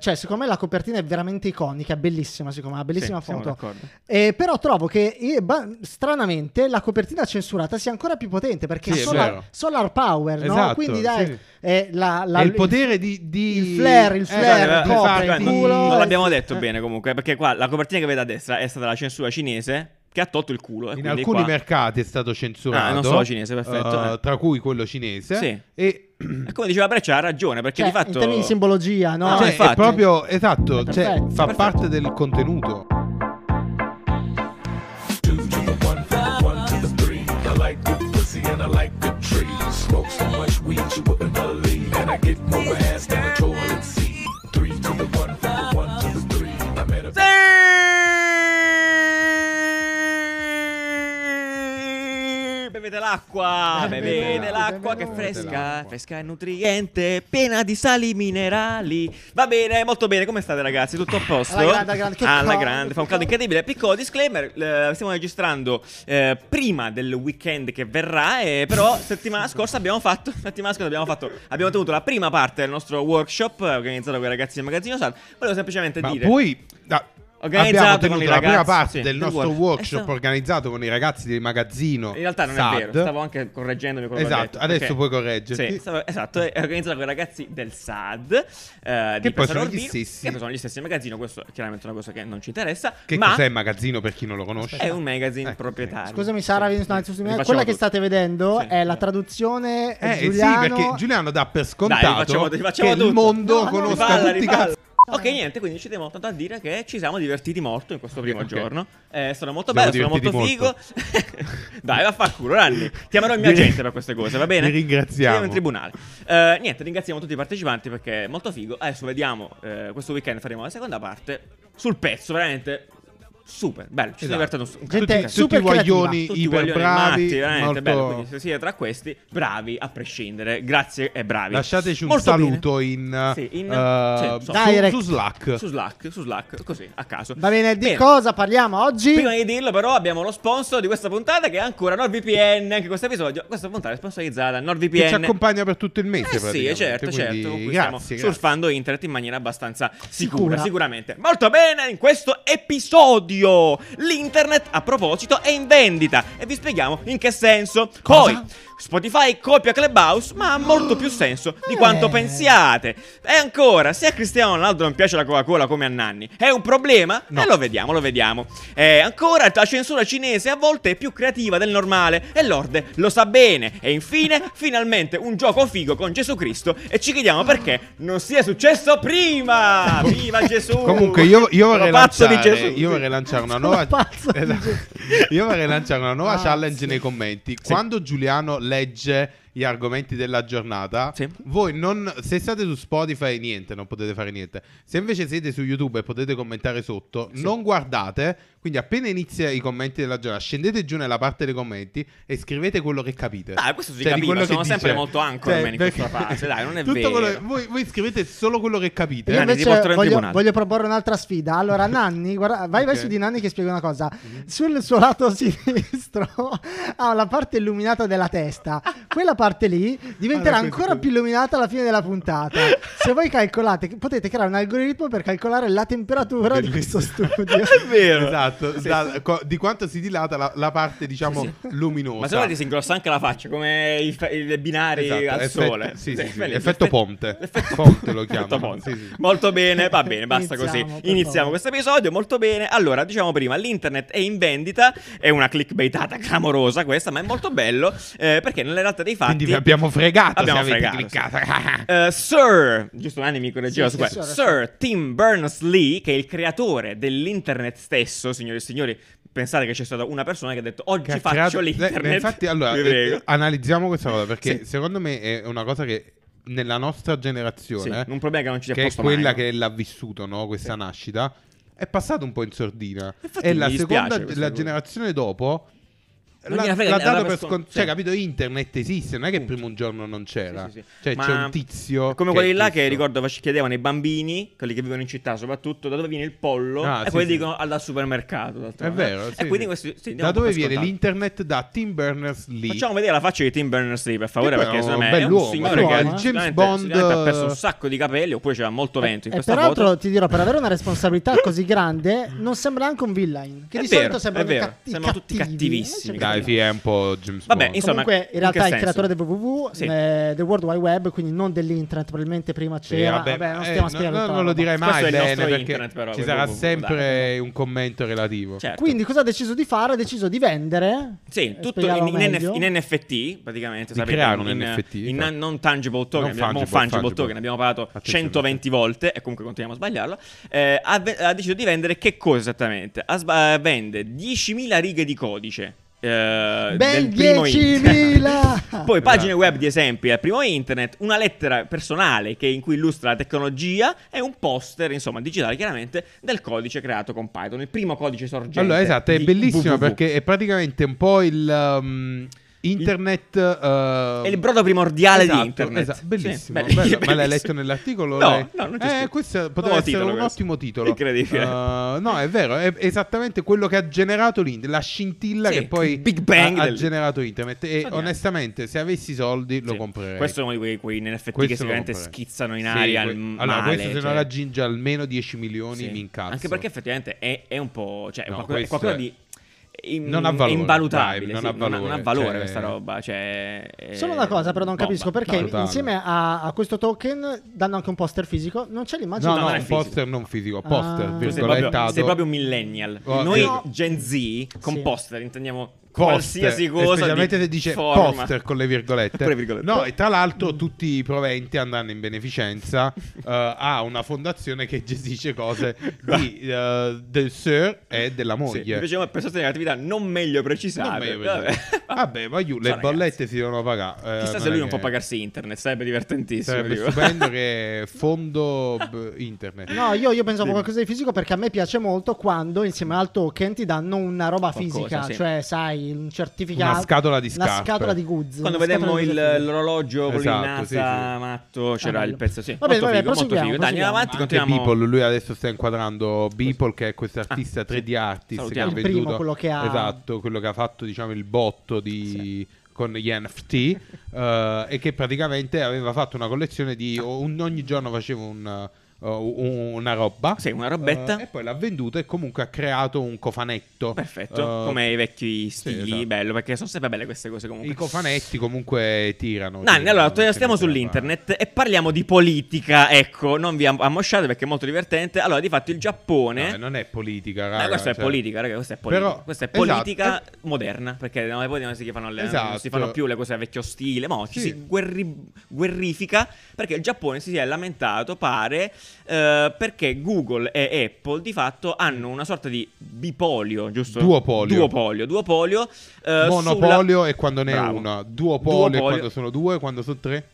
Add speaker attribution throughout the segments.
Speaker 1: cioè, secondo me la copertina è veramente iconica, è bellissima, secondo me, una bellissima
Speaker 2: Sì, siamo
Speaker 1: foto.
Speaker 2: d'accordo.
Speaker 1: Eh, però trovo che eh, ba- stranamente la copertina censurata sia ancora più potente perché
Speaker 2: Sì, è
Speaker 1: solar,
Speaker 2: vero.
Speaker 1: solar power, no?
Speaker 3: Esatto,
Speaker 1: Quindi dai,
Speaker 3: sì.
Speaker 1: eh, la- la-
Speaker 3: È il potere di, di-
Speaker 1: il flare, il
Speaker 3: Eh,
Speaker 1: flare,
Speaker 3: esatto,
Speaker 1: copre,
Speaker 3: esatto,
Speaker 1: il culo.
Speaker 3: di-
Speaker 1: eh,
Speaker 2: Non l'abbiamo detto
Speaker 3: eh.
Speaker 2: bene comunque, perché qua la copertina che vede a destra è stata la censura cinese che ha tolto il culo. e
Speaker 3: In
Speaker 2: quindi
Speaker 3: alcuni
Speaker 2: qua-
Speaker 3: mercati è stato censurato.
Speaker 2: Ah, non solo cinese, perfetto,
Speaker 3: eh,
Speaker 2: eh.
Speaker 3: Tra cui quello cinese.
Speaker 2: Sì.
Speaker 3: E
Speaker 2: E Come diceva Breccia ha ragione, perché
Speaker 1: cioè,
Speaker 2: di fatto...
Speaker 1: in termini di simbologia, no?
Speaker 2: Ah,
Speaker 3: cioè,
Speaker 2: infatti.
Speaker 3: è proprio esatto,
Speaker 1: Perfetto,
Speaker 3: cioè, fa
Speaker 2: perfetto.
Speaker 3: parte del contenuto.
Speaker 4: Two to the one, from one to the three. I like the pussy and I like the tree. Smoke so much weed you wouldn't believe, and I get more ass than a toilet seat. Three to the one, from the one to the three. I met a
Speaker 2: Sì! Bevete l'acqua,
Speaker 1: Eh,
Speaker 2: bevete
Speaker 1: bevete
Speaker 2: l'acqua che è
Speaker 1: l'acqua.
Speaker 2: fresca,
Speaker 3: Bevete
Speaker 2: fresca e nutriente, piena di sali minerali. Va bene, molto bene, come state ragazzi? Tutto a posto?
Speaker 1: Alla grande, alla grande, che
Speaker 2: Alla
Speaker 1: caldo,
Speaker 2: grande,
Speaker 1: che
Speaker 2: fa un caldo
Speaker 1: caldo.
Speaker 2: incredibile. Piccolo disclaimer, eh, stiamo registrando eh, prima del weekend che verrà, eh, però settimana scorsa abbiamo fatto, settimana scorsa abbiamo fatto, abbiamo tenuto la prima parte del nostro workshop eh, organizzato con i ragazzi del magazzino Sal. Volevo semplicemente
Speaker 3: Ma
Speaker 2: dire...
Speaker 3: poi ah,
Speaker 2: Organizzato
Speaker 3: abbiamo
Speaker 2: con
Speaker 3: tenuto
Speaker 2: i
Speaker 3: la prima
Speaker 2: ragazzi,
Speaker 3: parte
Speaker 2: sì,
Speaker 3: del
Speaker 2: del
Speaker 3: nostro
Speaker 2: workshop.
Speaker 3: workshop
Speaker 1: Esatto.
Speaker 2: Eh, so-
Speaker 3: organizzato con i ragazzi del magazzino.
Speaker 2: In realtà non
Speaker 3: Oh, SAD.
Speaker 2: è vero, stavo anche correggendomi quello
Speaker 3: Esatto,
Speaker 2: che ho detto,
Speaker 3: adesso
Speaker 2: perché-
Speaker 3: puoi correggerti.
Speaker 2: Sì, stavo- esatto, è organizzato con i ragazzi del SAD eh, di
Speaker 3: Che poi sono
Speaker 2: Pesaro
Speaker 3: gli
Speaker 2: Urbino,
Speaker 3: stessi.
Speaker 2: Che poi sono gli stessi magazzino, questo è chiaramente una cosa che non ci interessa
Speaker 3: Che
Speaker 2: Ma
Speaker 3: cos'è il magazzino per chi non lo conosce?
Speaker 2: è un magazine
Speaker 3: Ecco,
Speaker 2: proprietario
Speaker 1: Scusami Sara,
Speaker 2: Sì,
Speaker 1: vi- no,
Speaker 2: sì,
Speaker 1: scusami,
Speaker 2: rifacciamo
Speaker 1: quella che
Speaker 2: tutto.
Speaker 1: state vedendo
Speaker 2: Sì.
Speaker 1: è la traduzione
Speaker 3: Eh
Speaker 1: Giuliano...
Speaker 3: sì, perché Giuliano dà per
Speaker 2: Dai,
Speaker 3: scontato
Speaker 2: facciamo, facciamo
Speaker 3: che
Speaker 2: tutto.
Speaker 3: il mondo
Speaker 1: No, no,
Speaker 3: conosca
Speaker 2: Ripalla,
Speaker 3: tutti i
Speaker 2: ripalla.
Speaker 3: cazzo.
Speaker 2: Ok, niente, quindi ci teniamo tanto a dire che ci siamo divertiti molto in questo primo
Speaker 3: Ok.
Speaker 2: giorno. Eh, sono molto
Speaker 3: Siamo
Speaker 2: bello, sono molto,
Speaker 3: divertiti
Speaker 2: figo. Dai, va a far culo, Ranni. Chiamerò il mio
Speaker 3: Vi-
Speaker 2: agente per queste cose, va bene?
Speaker 3: vi ringraziamo.
Speaker 2: Siamo in tribunale. Eh, niente, ringraziamo tutti i partecipanti perché è molto figo. Adesso vediamo, eh, questo weekend faremo la seconda parte. Sul pezzo, veramente super, bello. Ci sono divertito
Speaker 3: Esatto.
Speaker 2: un- un
Speaker 1: Gente,
Speaker 2: sacco.
Speaker 3: Tutti, tutti
Speaker 1: super creativa.
Speaker 3: guaglioni,
Speaker 2: Tutti
Speaker 3: iper
Speaker 2: guaglioni matti,
Speaker 3: bravi.
Speaker 2: veramente
Speaker 3: molto-
Speaker 2: bello. Quindi se siete tra questi, bravi a prescindere. Grazie e bravi.
Speaker 3: Lasciateci un
Speaker 2: Molto bene.
Speaker 3: saluto in,
Speaker 2: Sì, in-
Speaker 3: eh,
Speaker 2: sì, so-
Speaker 3: su-
Speaker 1: Direct.
Speaker 3: su, Slack.
Speaker 2: Su Slack, su Slack, così, a caso.
Speaker 1: Va bene, di cosa parliamo oggi?
Speaker 2: Prima di dirlo, però, abbiamo lo sponsor di questa puntata che è ancora NordVPN. Anche questo episodio, questa puntata è sponsorizzata da NordVPN.
Speaker 3: Che ci accompagna per tutto il mese.
Speaker 2: Eh sì,
Speaker 3: praticamente,
Speaker 2: certo, certo.
Speaker 3: quindi
Speaker 2: Con cui stiamo
Speaker 3: Grazie, grazie.
Speaker 2: surfando internet in maniera abbastanza sicura,
Speaker 1: Sicura.
Speaker 2: sicuramente. Molto bene, in questo episodio l'internet, a proposito, è in vendita e vi spieghiamo in che senso. Poi Spotify copia Clubhouse, ma ha molto più senso di quanto
Speaker 1: Eh.
Speaker 2: pensiate. E ancora, se a Cristiano Ronaldo non piace la Coca-Cola come a Nanni, è un problema?
Speaker 3: No.
Speaker 2: Eh, lo vediamo, lo vediamo. E ancora, la censura cinese a volte è più creativa del normale e Lorde lo sa bene. E infine, finalmente un gioco figo con Gesù Cristo e ci chiediamo perché non sia successo prima! Viva Gesù!
Speaker 3: Comunque io, io vorrei
Speaker 2: Sono pazzo
Speaker 3: lanciare,
Speaker 2: di Gesù.
Speaker 3: io vorrei lanciare una
Speaker 1: Sono
Speaker 3: nuova
Speaker 1: pazzo di
Speaker 3: Esatto.
Speaker 1: Gesù.
Speaker 3: Io vorrei lanciare una nuova
Speaker 1: Pazzo.
Speaker 3: challenge nei commenti. Quando Giuliano legge gli argomenti della giornata,
Speaker 2: Sì.
Speaker 3: voi non se state su Spotify niente, non potete fare niente. Se invece siete su YouTube e potete commentare sotto, non guardate, quindi appena inizia i commenti della giornata, scendete giù nella parte dei commenti e scrivete quello che capite. Cioè,
Speaker 2: Ah, questo si
Speaker 3: di
Speaker 2: capiva,
Speaker 3: quello
Speaker 2: sono
Speaker 3: che
Speaker 2: sempre
Speaker 3: dice. Cioè,
Speaker 2: molto anchorman in questa fase, dai, non è
Speaker 3: tutto quello-
Speaker 2: vero.
Speaker 3: voi, voi scrivete solo quello che capite.
Speaker 1: Io
Speaker 2: Nanni, ti porterò
Speaker 1: invece
Speaker 2: Eh, in
Speaker 1: voglio,
Speaker 2: tribunale.
Speaker 1: voglio proporre un'altra sfida. Allora, Nanni, guarda, vai, vai
Speaker 3: Ok.
Speaker 1: su di Nanni che spiega una cosa.
Speaker 2: Mhm.
Speaker 1: Sul suo lato sinistro ha la parte illuminata della testa. Quella parte lì diventerà
Speaker 2: Ah,
Speaker 3: Guarda,
Speaker 1: ancora
Speaker 3: questo-
Speaker 1: più illuminata alla fine della puntata. Se voi calcolate, potete creare un algoritmo per calcolare la temperatura di questo
Speaker 3: Bellissimo.
Speaker 1: studio.
Speaker 2: È vero.
Speaker 3: Esatto,
Speaker 2: Sì,
Speaker 3: da- co- di quanto si dilata la, la parte, diciamo,
Speaker 2: Sì,
Speaker 3: luminosa.
Speaker 2: Ma se no ti si ingrossa anche la faccia come i, fe- i binari
Speaker 3: Esatto,
Speaker 2: al
Speaker 3: effetto-
Speaker 2: sole.
Speaker 3: sì, sì, sì,
Speaker 2: bellissimo.
Speaker 3: effetto
Speaker 2: Effe-
Speaker 3: ponte.
Speaker 2: Effetto
Speaker 3: Ponte lo chiamano.
Speaker 2: Effetto ponte.
Speaker 3: Sì, sì.
Speaker 2: Molto bene, va bene, basta
Speaker 1: Iniziamo,
Speaker 2: così.
Speaker 1: per
Speaker 2: Iniziamo
Speaker 1: favore.
Speaker 2: questo episodio, molto bene. Allora, diciamo prima, l'internet è in vendita, è una clickbaitata clamorosa questa, ma è molto bello eh, perché nella realtà dei fatti...
Speaker 3: Quindi vi abbiamo fregato.
Speaker 2: Abbiamo
Speaker 3: se avete
Speaker 2: fregato, sì.
Speaker 3: cliccato.
Speaker 2: Eh, Sir, giusto un mi correggeva
Speaker 1: Sì,
Speaker 2: su
Speaker 1: sì,
Speaker 2: questo.
Speaker 1: Sir,
Speaker 2: Sir Tim Berners-Lee, che è il creatore dell'internet stesso, signori e signori, pensate che c'è stata una persona che ha detto oggi
Speaker 3: Che ha
Speaker 2: faccio
Speaker 3: Cioè, creato-
Speaker 2: l'internet.
Speaker 3: Eh, Infatti, allora,
Speaker 2: Vi
Speaker 3: eh,
Speaker 2: prego.
Speaker 3: eh, analizziamo questa cosa perché
Speaker 2: Sì.
Speaker 3: secondo me è una cosa che nella nostra
Speaker 2: Sì,
Speaker 3: generazione,
Speaker 2: un problema che non ci si è
Speaker 3: eh, che è
Speaker 2: posto
Speaker 3: quella
Speaker 2: mai, eh. no?
Speaker 3: che l'ha vissuto, no? questa nascita, è passata un po' in sordina.
Speaker 2: Infatti
Speaker 3: e
Speaker 2: mi
Speaker 3: la
Speaker 2: dispiace
Speaker 3: seconda,
Speaker 2: questa
Speaker 3: la
Speaker 2: cosa.
Speaker 3: generazione dopo
Speaker 2: Non
Speaker 3: l'ha,
Speaker 2: gliene frega niente,
Speaker 3: l'ha dato
Speaker 2: alla
Speaker 3: per
Speaker 2: persona.
Speaker 3: scon- cioè,
Speaker 2: Sì.
Speaker 3: capito? Internet esiste, non è che il primo giorno non c'era.
Speaker 2: Sì, sì, sì.
Speaker 3: Cioè,
Speaker 2: Ma
Speaker 3: c'è un tizio.
Speaker 2: Come
Speaker 3: che
Speaker 2: quelli
Speaker 3: è
Speaker 2: là che
Speaker 3: giusto.
Speaker 2: ricordo fac- chiedevano ai bambini, quelli che vivono in città soprattutto, da dove viene il pollo.
Speaker 3: Ah,
Speaker 2: e
Speaker 3: sì,
Speaker 2: quelli
Speaker 3: sì.
Speaker 2: dicono al dal supermercato.
Speaker 3: È
Speaker 2: d'altronde.
Speaker 3: vero. sì,
Speaker 2: E eh? quindi
Speaker 3: sì.
Speaker 2: questo. sì, diamo
Speaker 3: da dove
Speaker 2: per
Speaker 3: viene
Speaker 2: scontato.
Speaker 3: l'internet? Da Tim Berners-Lee.
Speaker 2: Facciamo vedere la faccia di Tim Berners-Lee, per favore,
Speaker 3: Tim
Speaker 2: perché
Speaker 3: Berners-
Speaker 2: secondo me
Speaker 3: un
Speaker 2: è un
Speaker 3: bell'uomo,
Speaker 2: signore che
Speaker 1: eh.
Speaker 2: ha
Speaker 1: James
Speaker 2: sicuramente-
Speaker 3: Bond,
Speaker 2: sicuramente ha perso
Speaker 3: eh,
Speaker 2: un sacco di capelli, oppure c'era molto vento in
Speaker 1: E
Speaker 2: questa
Speaker 1: peraltro
Speaker 2: foto.
Speaker 1: ti dirò, per avere una responsabilità così grande, non sembra neanche un villain. Che
Speaker 2: È
Speaker 1: di
Speaker 2: vero,
Speaker 1: solito sembrano,
Speaker 2: è vero.
Speaker 1: i catti- i
Speaker 2: Sembrano tutti
Speaker 1: cattivi. eh, cioè,
Speaker 2: cattivissimi.
Speaker 1: Invece
Speaker 3: Dai, sì, è un po' James
Speaker 2: Vabbè,
Speaker 3: Bond.
Speaker 2: ins- Insomma,
Speaker 1: Comunque,
Speaker 2: in
Speaker 1: in realtà
Speaker 2: che
Speaker 1: è il
Speaker 2: senso?
Speaker 1: creatore del WWW,
Speaker 2: Sì.
Speaker 1: eh, del World Wide Web, quindi non dell'internet, probabilmente prima
Speaker 3: Sì,
Speaker 1: c'era.
Speaker 3: vabbè,
Speaker 1: vabbè, non
Speaker 3: eh,
Speaker 1: stiamo a
Speaker 3: no,
Speaker 1: spiegare
Speaker 3: no,
Speaker 1: tutta
Speaker 3: non
Speaker 1: la
Speaker 3: lo
Speaker 1: roba.
Speaker 3: direi
Speaker 2: Questo
Speaker 3: mai
Speaker 2: è il
Speaker 3: bene
Speaker 2: nostro
Speaker 3: perché
Speaker 2: internet, però,
Speaker 3: ci
Speaker 2: quello
Speaker 3: sarà
Speaker 2: proprio,
Speaker 3: sempre un commento relativo.
Speaker 2: Certo.
Speaker 1: Quindi, cosa ha deciso di fare? Ha deciso di vendere.
Speaker 2: Sì,
Speaker 1: Eh,
Speaker 2: tutto in,
Speaker 1: spiegalo
Speaker 2: in NF
Speaker 1: meglio.
Speaker 2: in NFT praticamente.
Speaker 3: Di
Speaker 2: sapete,
Speaker 3: creare
Speaker 2: in-
Speaker 3: un
Speaker 2: in-
Speaker 3: NFT,
Speaker 2: In
Speaker 3: infatti.
Speaker 2: non, tangible token,
Speaker 3: Non
Speaker 2: abbiamo un
Speaker 3: fungible,
Speaker 2: fungible,
Speaker 3: fungible.
Speaker 2: token, abbiamo parlato
Speaker 3: Attenzione.
Speaker 2: 120 volte e comunque continuiamo a sbagliarlo. Eh, ha, ve- ha deciso di vendere che cosa esattamente? Ha sba- vende 10.000 righe di codice. eh, del
Speaker 1: Ben
Speaker 2: primo internet.
Speaker 1: 10.000!
Speaker 2: Poi pagine
Speaker 3: Esatto.
Speaker 2: web di esempi al primo internet, una lettera personale che in cui illustra la tecnologia e un poster, insomma, digitale chiaramente, del codice creato con Python, il primo codice sorgente.
Speaker 3: Allora, esatto, è
Speaker 2: di
Speaker 3: bellissimo
Speaker 2: www.
Speaker 3: perché è praticamente un po' il um, internet. uh,
Speaker 2: È il brodo primordiale
Speaker 3: Esatto,
Speaker 2: di internet.
Speaker 3: esatto, bellissimo,
Speaker 2: Sì, bello-
Speaker 3: bello. ma l'hai
Speaker 2: bellissimo.
Speaker 3: letto nell'articolo?
Speaker 2: No,
Speaker 3: Lei-
Speaker 2: no, non c'è
Speaker 3: eh,
Speaker 2: scritto.
Speaker 3: questo poteva
Speaker 2: Nuovo
Speaker 3: essere
Speaker 2: titolo
Speaker 3: un
Speaker 2: questo.
Speaker 3: ottimo titolo.
Speaker 2: Incredibile.
Speaker 3: Eh, no, è vero, è esattamente quello che ha generato l'internet, la scintilla
Speaker 2: Sì,
Speaker 3: che poi
Speaker 2: il Big Bang
Speaker 3: ha, ha
Speaker 2: del-
Speaker 3: generato internet. E
Speaker 2: Sognante.
Speaker 3: onestamente, se avessi i soldi, lo
Speaker 2: Sì.
Speaker 3: comprerei.
Speaker 2: Questo è uno di quei, quei NFT che
Speaker 3: Questo lo
Speaker 2: sicuramente
Speaker 3: comprerei.
Speaker 2: schizzano in
Speaker 3: Sì,
Speaker 2: aria
Speaker 3: que-
Speaker 2: al male.
Speaker 3: Allora, questo se
Speaker 2: cioè-
Speaker 3: non raggiunge almeno 10 milioni,
Speaker 2: Sì.
Speaker 3: mi incazzo.
Speaker 2: Anche perché effettivamente è, è un po'. Cioè, è
Speaker 3: No,
Speaker 2: qualcosa, è
Speaker 3: questo
Speaker 2: qualcosa
Speaker 3: è-
Speaker 2: di. in-
Speaker 3: Non ha valore,
Speaker 2: è invalutabile.
Speaker 3: dai, non
Speaker 2: sì,
Speaker 3: ha
Speaker 2: non
Speaker 3: valore,
Speaker 2: ha valore
Speaker 3: cioè-
Speaker 2: questa roba. Cioè, è- Boh,
Speaker 1: Solo una cosa, però, non
Speaker 2: bomba.
Speaker 1: capisco perché
Speaker 3: totale.
Speaker 1: insieme a, a questo token danno anche un poster fisico. Non c'è l'immagine
Speaker 3: No,
Speaker 1: di
Speaker 3: no,
Speaker 2: non è
Speaker 3: un
Speaker 2: fisico.
Speaker 3: poster non fisico,
Speaker 1: Ah.
Speaker 3: poster,
Speaker 1: Tu
Speaker 2: Tu sei proprio,
Speaker 3: virgolettato.
Speaker 2: sei proprio un millennial.
Speaker 3: Oh,
Speaker 2: Noi
Speaker 3: ecco.
Speaker 2: Gen Z con
Speaker 1: Sì.
Speaker 2: poster intendiamo
Speaker 3: Poster,
Speaker 2: qualsiasi
Speaker 3: e
Speaker 2: cosa. di
Speaker 3: specialmente se dice
Speaker 2: forma.
Speaker 3: poster con le virgolette.
Speaker 2: Con le virgolette.
Speaker 3: No, e tra l'altro tutti i proventi andranno in beneficenza eh, a una fondazione che gestisce cose di, eh, del sir e della
Speaker 2: Sì, mi
Speaker 3: moglie.
Speaker 2: piaceva per sostenere attività non meglio
Speaker 3: Non
Speaker 2: precisate.
Speaker 3: meglio per dire.
Speaker 2: Vabbè.
Speaker 3: Vabbè, ma io, le
Speaker 2: Ciao, ragazzi.
Speaker 3: bollette si devono pagare. eh,
Speaker 2: Chissà se lui
Speaker 3: è
Speaker 2: non può
Speaker 3: che-
Speaker 2: pagarsi internet, sarebbe divertentissimo.
Speaker 3: Sarebbe
Speaker 2: dico.
Speaker 3: stupendo che fondo b- internet.
Speaker 1: No, io, io pensavo
Speaker 2: Sì.
Speaker 1: qualcosa di fisico perché a me piace molto quando insieme al token ti danno una roba
Speaker 2: Qualcosa,
Speaker 1: fisica,
Speaker 2: sì.
Speaker 1: cioè sai, un certificato.
Speaker 3: Una scatola di
Speaker 1: Una
Speaker 3: scarpe.
Speaker 1: scatola di goods.
Speaker 2: Quando
Speaker 1: una
Speaker 2: vedemmo
Speaker 1: scatola di
Speaker 2: il-
Speaker 1: oggetti.
Speaker 2: l'orologio con
Speaker 3: Esatto,
Speaker 2: l'inasa
Speaker 3: sì, sì.
Speaker 2: matto, c'era il
Speaker 1: Ah, bello.
Speaker 2: pezzo. Sì.
Speaker 1: Vabbè,
Speaker 2: molto
Speaker 1: vabbè,
Speaker 2: figo, molto
Speaker 1: proseguiamo,
Speaker 2: figo. Dai, andiamo
Speaker 1: proseguiamo.
Speaker 2: avanti,
Speaker 3: Anche
Speaker 2: continuiamo.
Speaker 3: People, lui adesso sta inquadrando People che è questo artista 3D artist
Speaker 2: Salutiamo.
Speaker 3: che ha
Speaker 1: Il primo,
Speaker 3: venduto
Speaker 1: quello che ha-
Speaker 3: Esatto, quello che ha fatto diciamo il botto di con gli NFT eh, e che praticamente aveva fatto una collezione di
Speaker 2: Ah.
Speaker 3: un- ogni giorno faceva un, eh, un- una roba
Speaker 2: Sì, una robetta.
Speaker 3: eh, e poi l'ha venduta e comunque ha creato un cofanetto
Speaker 2: Perfetto,
Speaker 3: Eh,
Speaker 2: come i vecchi stili,
Speaker 3: esatto.
Speaker 2: bello, perché sono sempre belle queste cose comunque.
Speaker 3: i cofanetti comunque tirano
Speaker 2: Nanni,
Speaker 3: tirano,
Speaker 2: allora
Speaker 3: non
Speaker 2: to-
Speaker 3: se
Speaker 2: stiamo
Speaker 3: ne frega.
Speaker 2: sull'internet e parliamo di politica, ecco, non vi am- ammosciate perché è molto divertente. Allora, di fatto il Giappone...
Speaker 3: No, non è politica
Speaker 2: Ma
Speaker 3: raga,
Speaker 2: questa eh. è
Speaker 3: cioè-
Speaker 2: politica, raga, questa è politica.
Speaker 3: Però-
Speaker 2: questa è
Speaker 3: esatto,
Speaker 2: politica
Speaker 3: è-
Speaker 2: moderna, perché no, poi non si, fanno le- non si
Speaker 3: Esatto.
Speaker 2: fanno più le cose a vecchio stile, ma ci
Speaker 3: Sì.
Speaker 2: si guerri- guerrifica perché il Giappone si è lamentato, pare, eh, perché Google e Apple di fatto hanno una sorta di bipolio, giusto?
Speaker 3: Duopolio.
Speaker 2: Duopolio, duopolio. eh,
Speaker 3: Monopolio
Speaker 2: sulla-
Speaker 3: è quando ne è
Speaker 2: Bravo.
Speaker 3: una, duopolio, è quando sono due, quando sono tre.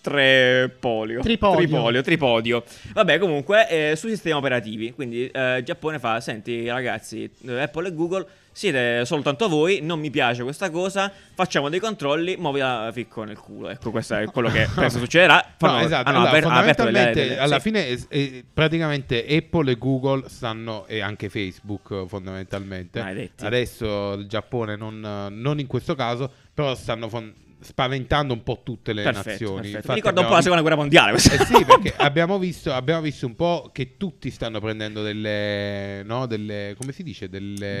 Speaker 2: Tre polio.
Speaker 1: Tripodio.
Speaker 2: Tripolio, tripodio. Vabbè, comunque, eh, sui sistemi operativi. Quindi, eh, Giappone fa: Senti, ragazzi, eh, Apple e Google siete soltanto voi. Non mi piace questa cosa. Facciamo dei controlli. Muovi la ficco nel culo. Ecco, questo è quello che penso succederà.
Speaker 3: No,
Speaker 2: Fanno-
Speaker 3: esatto.
Speaker 2: hanno
Speaker 3: allora,
Speaker 2: aper- hanno aperto delle-
Speaker 3: fondamentalmente,
Speaker 2: ah, delle-
Speaker 3: alla
Speaker 2: sì.
Speaker 3: fine, es- eh, praticamente Apple e Google stanno, e anche Facebook, eh, fondamentalmente.
Speaker 2: Maledetti.
Speaker 3: Adesso il Giappone, non, eh, non in questo caso, però stanno fon- spaventando un po' tutte le
Speaker 2: Perfetto,
Speaker 3: nazioni.
Speaker 2: perfetto.
Speaker 3: Infatti
Speaker 2: Mi ricorda un
Speaker 3: abbiamo
Speaker 2: po' la seconda guerra mondiale. questa
Speaker 3: Eh sì, perché
Speaker 2: roba.
Speaker 3: abbiamo visto, abbiamo visto un po' che tutti stanno prendendo delle, no, delle come si dice, delle,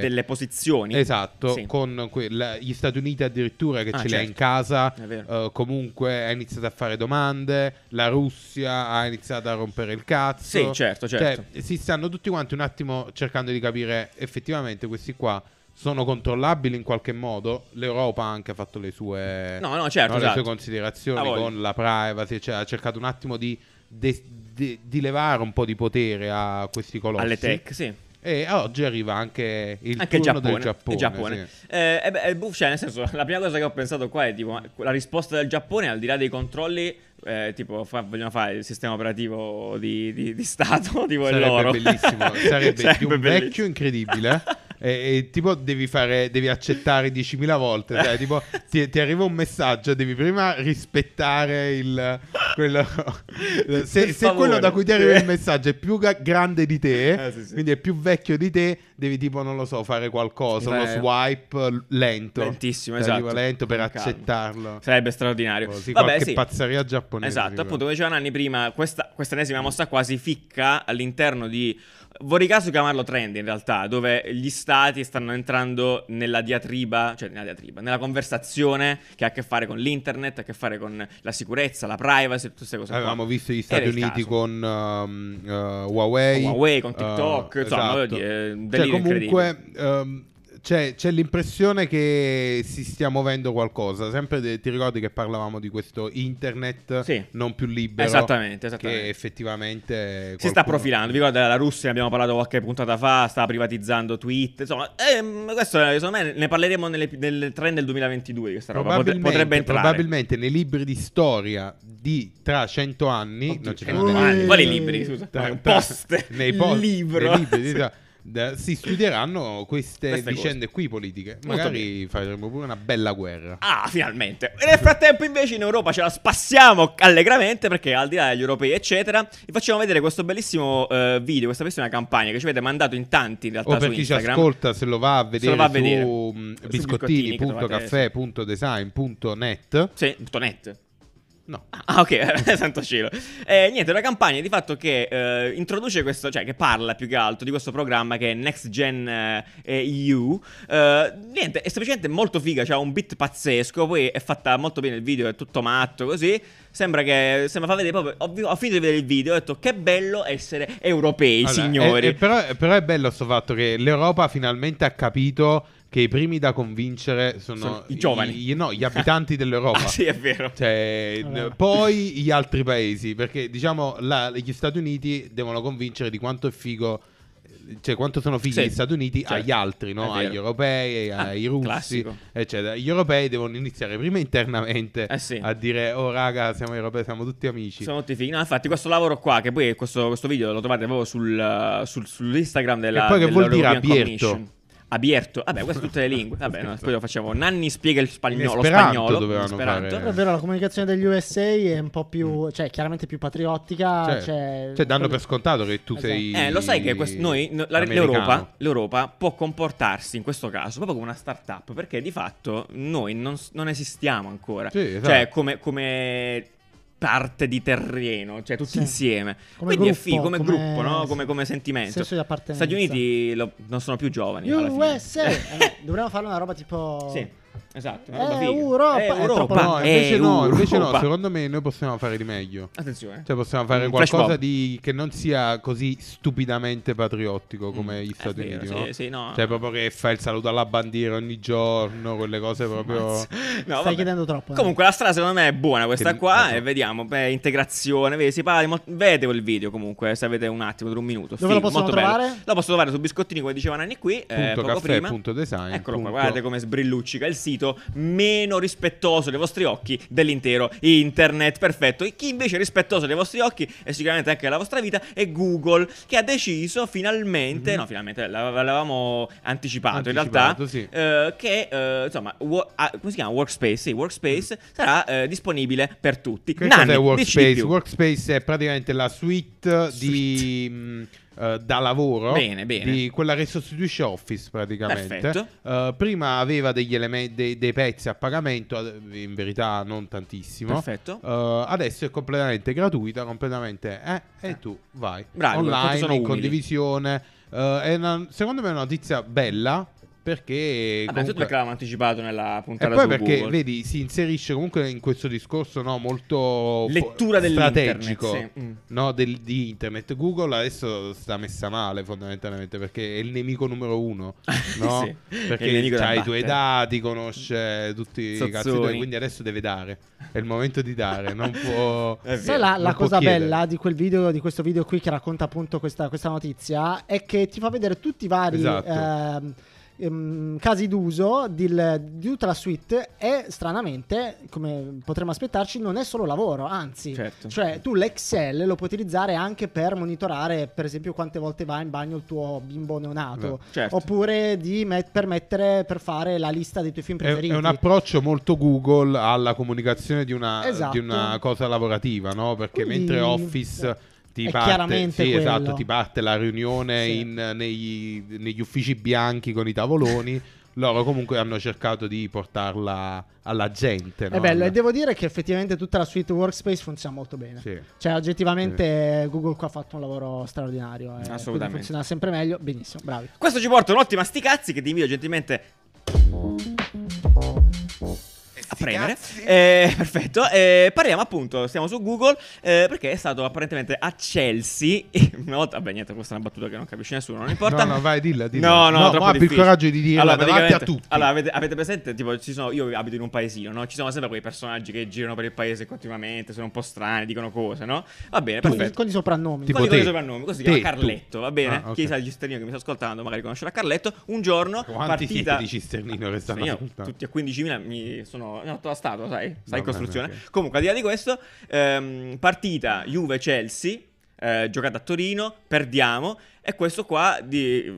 Speaker 2: delle posizioni.
Speaker 3: Esatto,
Speaker 2: Sì.
Speaker 3: con que- la- gli Stati Uniti addirittura che
Speaker 2: Ah,
Speaker 3: ce li ha
Speaker 2: certo.
Speaker 3: in casa,
Speaker 2: È vero.
Speaker 3: eh, comunque ha iniziato a fare domande, la Russia ha iniziato a rompere il cazzo.
Speaker 2: Sì, certo, certo.
Speaker 3: Cioè, si stanno tutti quanti un attimo cercando di capire effettivamente questi qua sono controllabili in qualche modo. L'Europa anche ha fatto le sue,
Speaker 2: No, no, certo,
Speaker 3: eh, no, le
Speaker 2: esatto.
Speaker 3: sue considerazioni
Speaker 2: Ha voglia.
Speaker 3: con la privacy, cioè, ha cercato un attimo di, de- de- di levare un po' di potere a questi colossi.
Speaker 2: Alle tech, sì.
Speaker 3: E oggi arriva anche il
Speaker 2: anche il
Speaker 3: turno
Speaker 2: Giappone.
Speaker 3: del Giappone.
Speaker 2: il Giappone.
Speaker 3: sì.
Speaker 2: Eh, e beh, e buff- cioè, nel senso, la prima cosa che ho pensato qua è tipo ma la risposta del Giappone, al di là dei controlli, eh, tipo fa- vogliono fare il sistema operativo di, di- di Stato, tipo il
Speaker 3: Sarebbe
Speaker 2: loro.
Speaker 3: bellissimo, sarebbe, di un
Speaker 2: bellissimo.
Speaker 3: vecchio incredibile. e, e tipo devi fare, devi accettare 10.000 volte, cioè, tipo ti, ti arriva un messaggio, devi prima rispettare il... Quello,
Speaker 2: Per
Speaker 3: se, se
Speaker 2: favore.
Speaker 3: quello da cui ti arriva il
Speaker 2: Sì.
Speaker 3: messaggio è più ga- grande di te,
Speaker 2: Eh, sì, sì.
Speaker 3: quindi è più vecchio di te, devi tipo, non lo so, fare qualcosa, uno
Speaker 2: Eh.
Speaker 3: swipe l- lento.
Speaker 2: Lentissimo,
Speaker 3: Cioè,
Speaker 2: esatto.
Speaker 3: tipo lento per
Speaker 2: Con calma.
Speaker 3: accettarlo.
Speaker 2: Sarebbe straordinario.
Speaker 3: Così,
Speaker 2: Vabbè,
Speaker 3: qualche
Speaker 2: sì.
Speaker 3: pazzeria giapponese.
Speaker 2: Esatto,
Speaker 3: tipo.
Speaker 2: appunto, come diceva Nanni prima, questa, questa ennesima mossa quasi ficca all'interno di. Vorrei caso chiamarlo trend in realtà, dove gli stati stanno entrando nella diatriba, cioè nella diatriba, nella conversazione che ha a che fare con l'internet, ha a che fare con la sicurezza, la privacy, tutte queste cose. qua.
Speaker 3: Avevamo visto gli
Speaker 2: Era
Speaker 3: Stati
Speaker 2: il
Speaker 3: Uniti
Speaker 2: caso. Ah,
Speaker 3: con um, eh, Huawei,
Speaker 2: Con Huawei, con TikTok,
Speaker 3: eh,
Speaker 2: insomma, voglio dire, è un delirio
Speaker 3: Cioè, comunque ehm, c'è, c'è l'impressione che si stia muovendo qualcosa. Sempre de- ti ricordi che parlavamo di questo internet
Speaker 2: Sì.
Speaker 3: non più libero,
Speaker 2: Esattamente,
Speaker 3: che
Speaker 2: esattamente.
Speaker 3: effettivamente
Speaker 2: Si
Speaker 3: qualcuno-
Speaker 2: sta profilando, vi ricordate la Russia, ne abbiamo parlato qualche puntata fa, sta privatizzando Twitter, insomma, ehm, questo eh, secondo me ne parleremo nelle- nel trend del 2022, questa roba potre-
Speaker 3: Probabilmente,
Speaker 2: potrebbe entrare.
Speaker 3: probabilmente nei libri di storia di tra 100 anni,
Speaker 2: Oddio,
Speaker 3: non ci
Speaker 2: tra
Speaker 3: sono
Speaker 1: cento
Speaker 3: dei-
Speaker 1: anni, quali libri,
Speaker 2: scusa?
Speaker 3: Tra-
Speaker 2: Poste,
Speaker 3: nei
Speaker 2: il
Speaker 3: post-
Speaker 2: libro.
Speaker 3: nei libri di
Speaker 2: Sì.
Speaker 3: tra- da- si studieranno queste,
Speaker 2: Queste
Speaker 3: vicende qui politiche.
Speaker 2: Molto
Speaker 3: Magari faremo pure una bella guerra.
Speaker 2: Ah, finalmente. E nel frattempo invece in Europa ce la spassiamo allegramente perché al di là degli europei eccetera, vi facciamo vedere questo bellissimo eh, video, questa bellissima campagna che ci avete mandato in tanti in realtà
Speaker 3: O Oh, per
Speaker 2: Ah, su
Speaker 3: chi ci
Speaker 2: Instagram.
Speaker 3: ascolta, se lo va a vedere,
Speaker 2: lo va a vedere.
Speaker 3: su mm, mh,
Speaker 2: Su
Speaker 3: biscottini.caffè.design.net.
Speaker 2: Sì, punto .net.
Speaker 3: No,
Speaker 2: Ah, ok, santo cielo. Eh, niente, una campagna di fatto che eh, introduce questo, cioè che parla più che altro di questo programma che è Next Gen eh, EU. Eh, niente, è semplicemente molto figa, c'ha un beat pazzesco, poi è fatta molto bene il video, è tutto matto così. Sembra che, sembra fa vedere proprio, ho, vi- ho finito di vedere il video, ho detto che bello essere europei,
Speaker 3: Allora,
Speaker 2: signori.
Speaker 3: è- è- eh, però, però è bello sto fatto che l'Europa finalmente ha capito che i primi da convincere sono,
Speaker 2: Sono i giovani.
Speaker 3: gli- no, gli abitanti dell'Europa.
Speaker 2: Ah, sì, è vero.
Speaker 3: Cioè,
Speaker 1: Vabbè.
Speaker 3: n- poi gli altri paesi, perché diciamo la- gli Stati Uniti devono convincere di quanto è figo, cioè quanto sono fighi
Speaker 2: Sì,
Speaker 3: gli Stati Uniti
Speaker 2: certo.
Speaker 3: agli altri, no?
Speaker 2: È vero.
Speaker 3: agli europei,
Speaker 2: Ah,
Speaker 3: ai russi,
Speaker 2: classico.
Speaker 3: eccetera. Gli europei devono iniziare prima internamente
Speaker 2: Eh sì.
Speaker 3: a dire, oh raga, siamo europei, siamo tutti amici.
Speaker 2: Sono tutti fighi. No, infatti, questo lavoro qua, che poi è questo, questo video lo trovate proprio sul, uh, sul- sull'Instagram della
Speaker 3: E poi che vuol dire
Speaker 2: dell'European
Speaker 3: abierto?
Speaker 2: Commission. Abierto, vabbè, queste tutte le lingue. Vabbè, no, poi lo facciamo. Nanni spiega il spagnolo. Lo
Speaker 3: L'esperanto
Speaker 2: spagnolo.
Speaker 3: dovevano
Speaker 2: l'esperanto.
Speaker 3: fare.
Speaker 1: Però è vero, la comunicazione degli USA è un po' più, cioè chiaramente più patriottica.
Speaker 3: Mm. Cioè,
Speaker 1: cioè,
Speaker 3: cioè, danno
Speaker 1: quello-
Speaker 3: per scontato che tu
Speaker 1: Esatto.
Speaker 3: sei...
Speaker 2: Ah, Eh, lo sai che quest- noi, no, la-
Speaker 3: americano.
Speaker 2: l'Europa, l'Europa può comportarsi in questo caso proprio come una startup perché di fatto noi non, s- non esistiamo ancora,
Speaker 3: Sì, esatto.
Speaker 2: cioè come, come parte di terreno, cioè tutti
Speaker 1: Sì.
Speaker 2: insieme.
Speaker 1: Come
Speaker 2: Quindi è
Speaker 1: gruppo,
Speaker 2: figo come,
Speaker 1: come-
Speaker 2: gruppo, no? come, come sentimento.
Speaker 1: senso di appartenenza.
Speaker 2: Stati Uniti lo- non sono più giovani. alla fine.
Speaker 1: USA! Eh, dovremmo fare una roba tipo...
Speaker 2: Sì, esatto. una
Speaker 1: Eh,
Speaker 2: roba figa.
Speaker 1: Europa,
Speaker 2: Eh,
Speaker 1: è
Speaker 2: Europa.
Speaker 1: troppo-
Speaker 3: No, invece
Speaker 2: eh,
Speaker 3: no, invece no,
Speaker 2: Europa.
Speaker 3: secondo me noi possiamo fare di meglio.
Speaker 2: Attenzione.
Speaker 3: Cioè possiamo fare
Speaker 2: Un flash
Speaker 3: qualcosa
Speaker 2: mob.
Speaker 3: di, che non sia così stupidamente patriottico come
Speaker 2: Mm,
Speaker 3: gli
Speaker 2: è
Speaker 3: Stati
Speaker 2: vero,
Speaker 3: Uniti,
Speaker 2: sì,
Speaker 3: no?
Speaker 2: sì, no.
Speaker 3: Cioè proprio che fa il saluto alla bandiera ogni giorno, quelle cose proprio...
Speaker 2: Mazza. No,
Speaker 1: Stai
Speaker 2: vabbè.
Speaker 1: chiedendo troppo. eh.
Speaker 2: Comunque la strada secondo me è buona questa
Speaker 3: Che-
Speaker 2: qua
Speaker 3: esatto.
Speaker 2: e vediamo, beh, integrazione, vedi, si parla di mol- vedete quel video comunque se avete un attimo, dura un minuto.
Speaker 1: Dove lo
Speaker 2: Figo,
Speaker 1: possono
Speaker 2: molto bello.
Speaker 1: trovare?
Speaker 2: Lo posso trovare su biscottini come diceva Nanni qui, eh,
Speaker 3: Punto
Speaker 2: poco
Speaker 3: caffè,
Speaker 2: prima.
Speaker 3: punto design,
Speaker 2: Eccolo qua,
Speaker 3: punto-
Speaker 2: guardate come sbrilluccica il sito meno rispettoso dei vostri occhi dell'intero internet, perfetto. E chi invece è rispettoso dei vostri occhi e sicuramente anche della vostra vita è Google che ha deciso finalmente, no finalmente l'av- l'avevamo anticipato, in realtà,
Speaker 3: Mm-hmm. Anticipato, sì.
Speaker 2: eh, che eh, insomma, wo- ah, come si chiama? Workspace, sì, Workspace sarà eh, disponibile per tutti.
Speaker 3: Mm. Che
Speaker 2: Nanni, dici
Speaker 3: cos'è
Speaker 2: di
Speaker 3: Workspace?
Speaker 2: più.
Speaker 3: Workspace è praticamente la suite, di... mh, eh, da lavoro
Speaker 2: Bene, bene.
Speaker 3: di quella che sostituisce Office praticamente
Speaker 2: Perfetto.
Speaker 3: Eh, prima aveva degli elementi dei, dei pezzi a pagamento ad- in verità non tantissimo
Speaker 2: Perfetto.
Speaker 3: Eh, adesso è completamente gratuita, completamente eh, e tu vai
Speaker 2: Bravi, quanto
Speaker 3: online
Speaker 2: sono
Speaker 3: in
Speaker 2: umili.
Speaker 3: condivisione. Eh, è una- secondo me è una notizia bella perché
Speaker 2: Vabbè, tutto
Speaker 3: comunque-
Speaker 2: perché l'avevamo anticipato nella
Speaker 3: e
Speaker 2: puntata
Speaker 3: poi
Speaker 2: su
Speaker 3: perché
Speaker 2: Google.
Speaker 3: vedi si inserisce comunque in questo discorso no, molto
Speaker 2: Lettura
Speaker 3: fo-
Speaker 2: dell'internet,
Speaker 3: strategico
Speaker 2: sì. Mm.
Speaker 3: no, del- di internet. Google adesso sta messa male fondamentalmente perché è il nemico numero uno. No?
Speaker 2: Sì, è il
Speaker 3: Perché
Speaker 2: nemico da
Speaker 3: ha i tuoi
Speaker 2: battere.
Speaker 3: dati, conosce tutti i cazzi
Speaker 2: Sozzoni.
Speaker 3: tuoi, quindi adesso deve dare. È il momento di dare, non può...
Speaker 2: È
Speaker 1: Sai
Speaker 2: vero.
Speaker 1: la, la
Speaker 3: non può
Speaker 1: cosa
Speaker 3: chiedere.
Speaker 1: bella di quel video, di questo video qui che racconta appunto questa, questa notizia, è che ti fa vedere tutti i vari
Speaker 3: Esatto.
Speaker 1: ehm, ehm, casi d'uso del- di tutta la suite e stranamente, come potremmo aspettarci, non è solo lavoro, anzi,
Speaker 2: Certo.
Speaker 1: cioè tu l'Excel lo puoi utilizzare anche per monitorare, per esempio, quante volte va in bagno il tuo bimbo neonato,
Speaker 2: Eh, certo.
Speaker 1: oppure di met- per mettere per fare la lista dei tuoi film
Speaker 3: È,
Speaker 1: preferiti.
Speaker 3: è un approccio molto Google alla comunicazione di una,
Speaker 1: Esatto.
Speaker 3: di una cosa lavorativa, no? Perché
Speaker 1: Quindi,
Speaker 3: mentre Office ti
Speaker 1: è
Speaker 3: parte,
Speaker 1: chiaramente
Speaker 3: sì,
Speaker 1: quello.
Speaker 3: esatto, ti parte la riunione
Speaker 1: Sì.
Speaker 3: in- negli, negli uffici bianchi con i tavoloni, loro comunque hanno cercato di portarla alla gente.
Speaker 1: È
Speaker 3: no?
Speaker 1: bello,
Speaker 3: Alla-
Speaker 1: e devo dire che effettivamente tutta la suite workspace funziona molto bene.
Speaker 3: Sì.
Speaker 1: Cioè, oggettivamente Google qua ha fatto un lavoro straordinario. eh,
Speaker 2: Assolutamente.
Speaker 1: quindi Funziona sempre meglio. Benissimo, bravi.
Speaker 2: Questo ci porta un'ottima sticazzi che ti invito gentilmente a premere. Eh, perfetto. Eh, parliamo appunto, stiamo su Google eh, perché è stato apparentemente a Chelsea una volta, beh niente, questa è una battuta che non capisce nessuno, non importa.
Speaker 3: No, no, vai, dilla, dilla.
Speaker 2: No, no,
Speaker 3: No,
Speaker 2: troppo
Speaker 3: ma abbi il
Speaker 2: difficile.
Speaker 3: coraggio di dirla davanti a
Speaker 2: praticamente-
Speaker 3: tutti.
Speaker 2: Allora, avete, avete presente, tipo, ci sono, io abito in un paesino, no? Ci sono sempre quei personaggi che girano per il paese continuamente, sono un po' strani, dicono cose, no? Va bene,
Speaker 1: Con,
Speaker 2: perfetto.
Speaker 1: con i soprannomi.
Speaker 3: Tipo
Speaker 2: Quelli con
Speaker 3: te.
Speaker 2: i soprannomi, così si chiama
Speaker 3: Te, tu.
Speaker 2: Carletto, va bene?
Speaker 3: Ah, ok.
Speaker 2: Chi sa il cisternino che mi sta ascoltando magari conoscerà Carletto. Un giorno
Speaker 3: Quanti
Speaker 2: partita...
Speaker 3: siete di cisternino che stanno
Speaker 2: Io,
Speaker 3: ascoltando?
Speaker 2: tutti a 15.000 mi sono... No, la statua, sai? Sta in
Speaker 3: Mamma
Speaker 2: costruzione.
Speaker 3: mia,
Speaker 2: Comunque, al di là di questo, ehm, partita Juve-Chelsea, eh, giocata a Torino, perdiamo. E questo qua, di-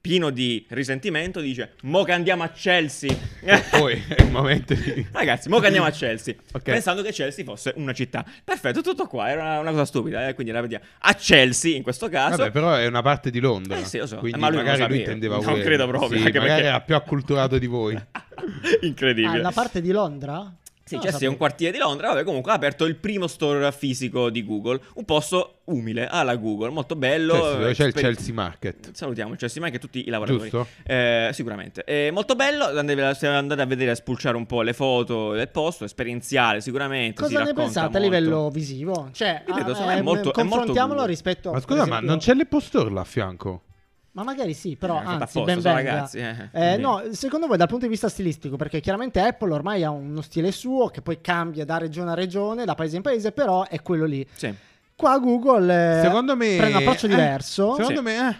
Speaker 2: pieno di risentimento, dice Mo che andiamo a Chelsea!
Speaker 3: E poi è il momento di...
Speaker 2: Ragazzi, mo che andiamo a Chelsea.
Speaker 3: Ok.
Speaker 2: Pensando che Chelsea fosse una città. Perfetto, tutto qua. Era una, una cosa stupida. eh, quindi la vediamo. A Chelsea, in questo caso.
Speaker 3: Vabbè, però è una parte di Londra.
Speaker 2: Ah, Eh sì, lo so.
Speaker 3: Quindi
Speaker 2: Ma lui non
Speaker 3: magari
Speaker 2: lo
Speaker 3: lui
Speaker 2: sapeva.
Speaker 3: intendeva
Speaker 2: Non
Speaker 3: quello.
Speaker 2: credo proprio,
Speaker 3: Sì,
Speaker 2: anche
Speaker 3: magari
Speaker 2: perché-
Speaker 3: era più acculturato di voi.
Speaker 1: Ah, è
Speaker 2: Incredibile.
Speaker 1: la parte di Londra?
Speaker 2: Sì,
Speaker 1: Non lo
Speaker 2: Chelsea è un
Speaker 1: sapevo.
Speaker 2: quartiere di Londra. Vabbè, comunque ha aperto il primo store fisico di Google. Un posto umile alla Google. Molto bello.
Speaker 3: Chelsea, dove c'è il
Speaker 2: Esper-
Speaker 3: Chelsea Market.
Speaker 2: Salutiamo il Chelsea, ma anche tutti i lavoratori.
Speaker 3: Giusto?
Speaker 2: Eh, sicuramente. Eh, molto bello. Andate, se andate a vedere, a spulciare un po' le foto del posto. Esperienziale, sicuramente. si
Speaker 1: Cosa ne
Speaker 2: racconta
Speaker 1: pensate a
Speaker 2: molto.
Speaker 1: livello visivo? Cioè,
Speaker 2: Io vedo,
Speaker 1: ah,
Speaker 2: secondo me è
Speaker 1: ehm,
Speaker 2: molto- è molto
Speaker 1: confrontiamolo
Speaker 2: Google.
Speaker 1: rispetto a.
Speaker 3: Ma
Speaker 1: per
Speaker 3: scusa, ma
Speaker 1: esempio-
Speaker 3: non c'è l'Apple Store là a fianco?
Speaker 1: Ma magari sì, però
Speaker 2: Eh, fatta
Speaker 1: anzi,
Speaker 2: apposta,
Speaker 1: ben
Speaker 2: sono
Speaker 1: venga.
Speaker 2: ragazzi, eh.
Speaker 1: Eh,
Speaker 2: Sì.
Speaker 1: no, secondo voi dal punto di vista stilistico, perché chiaramente Apple ormai ha uno stile suo che poi cambia da regione a regione, da paese in paese, però è quello lì.
Speaker 2: Sì.
Speaker 1: Qua Google eh,
Speaker 3: Secondo me...
Speaker 1: prende un approccio
Speaker 3: eh,
Speaker 1: diverso.
Speaker 3: secondo
Speaker 2: Sì.
Speaker 3: me... eh,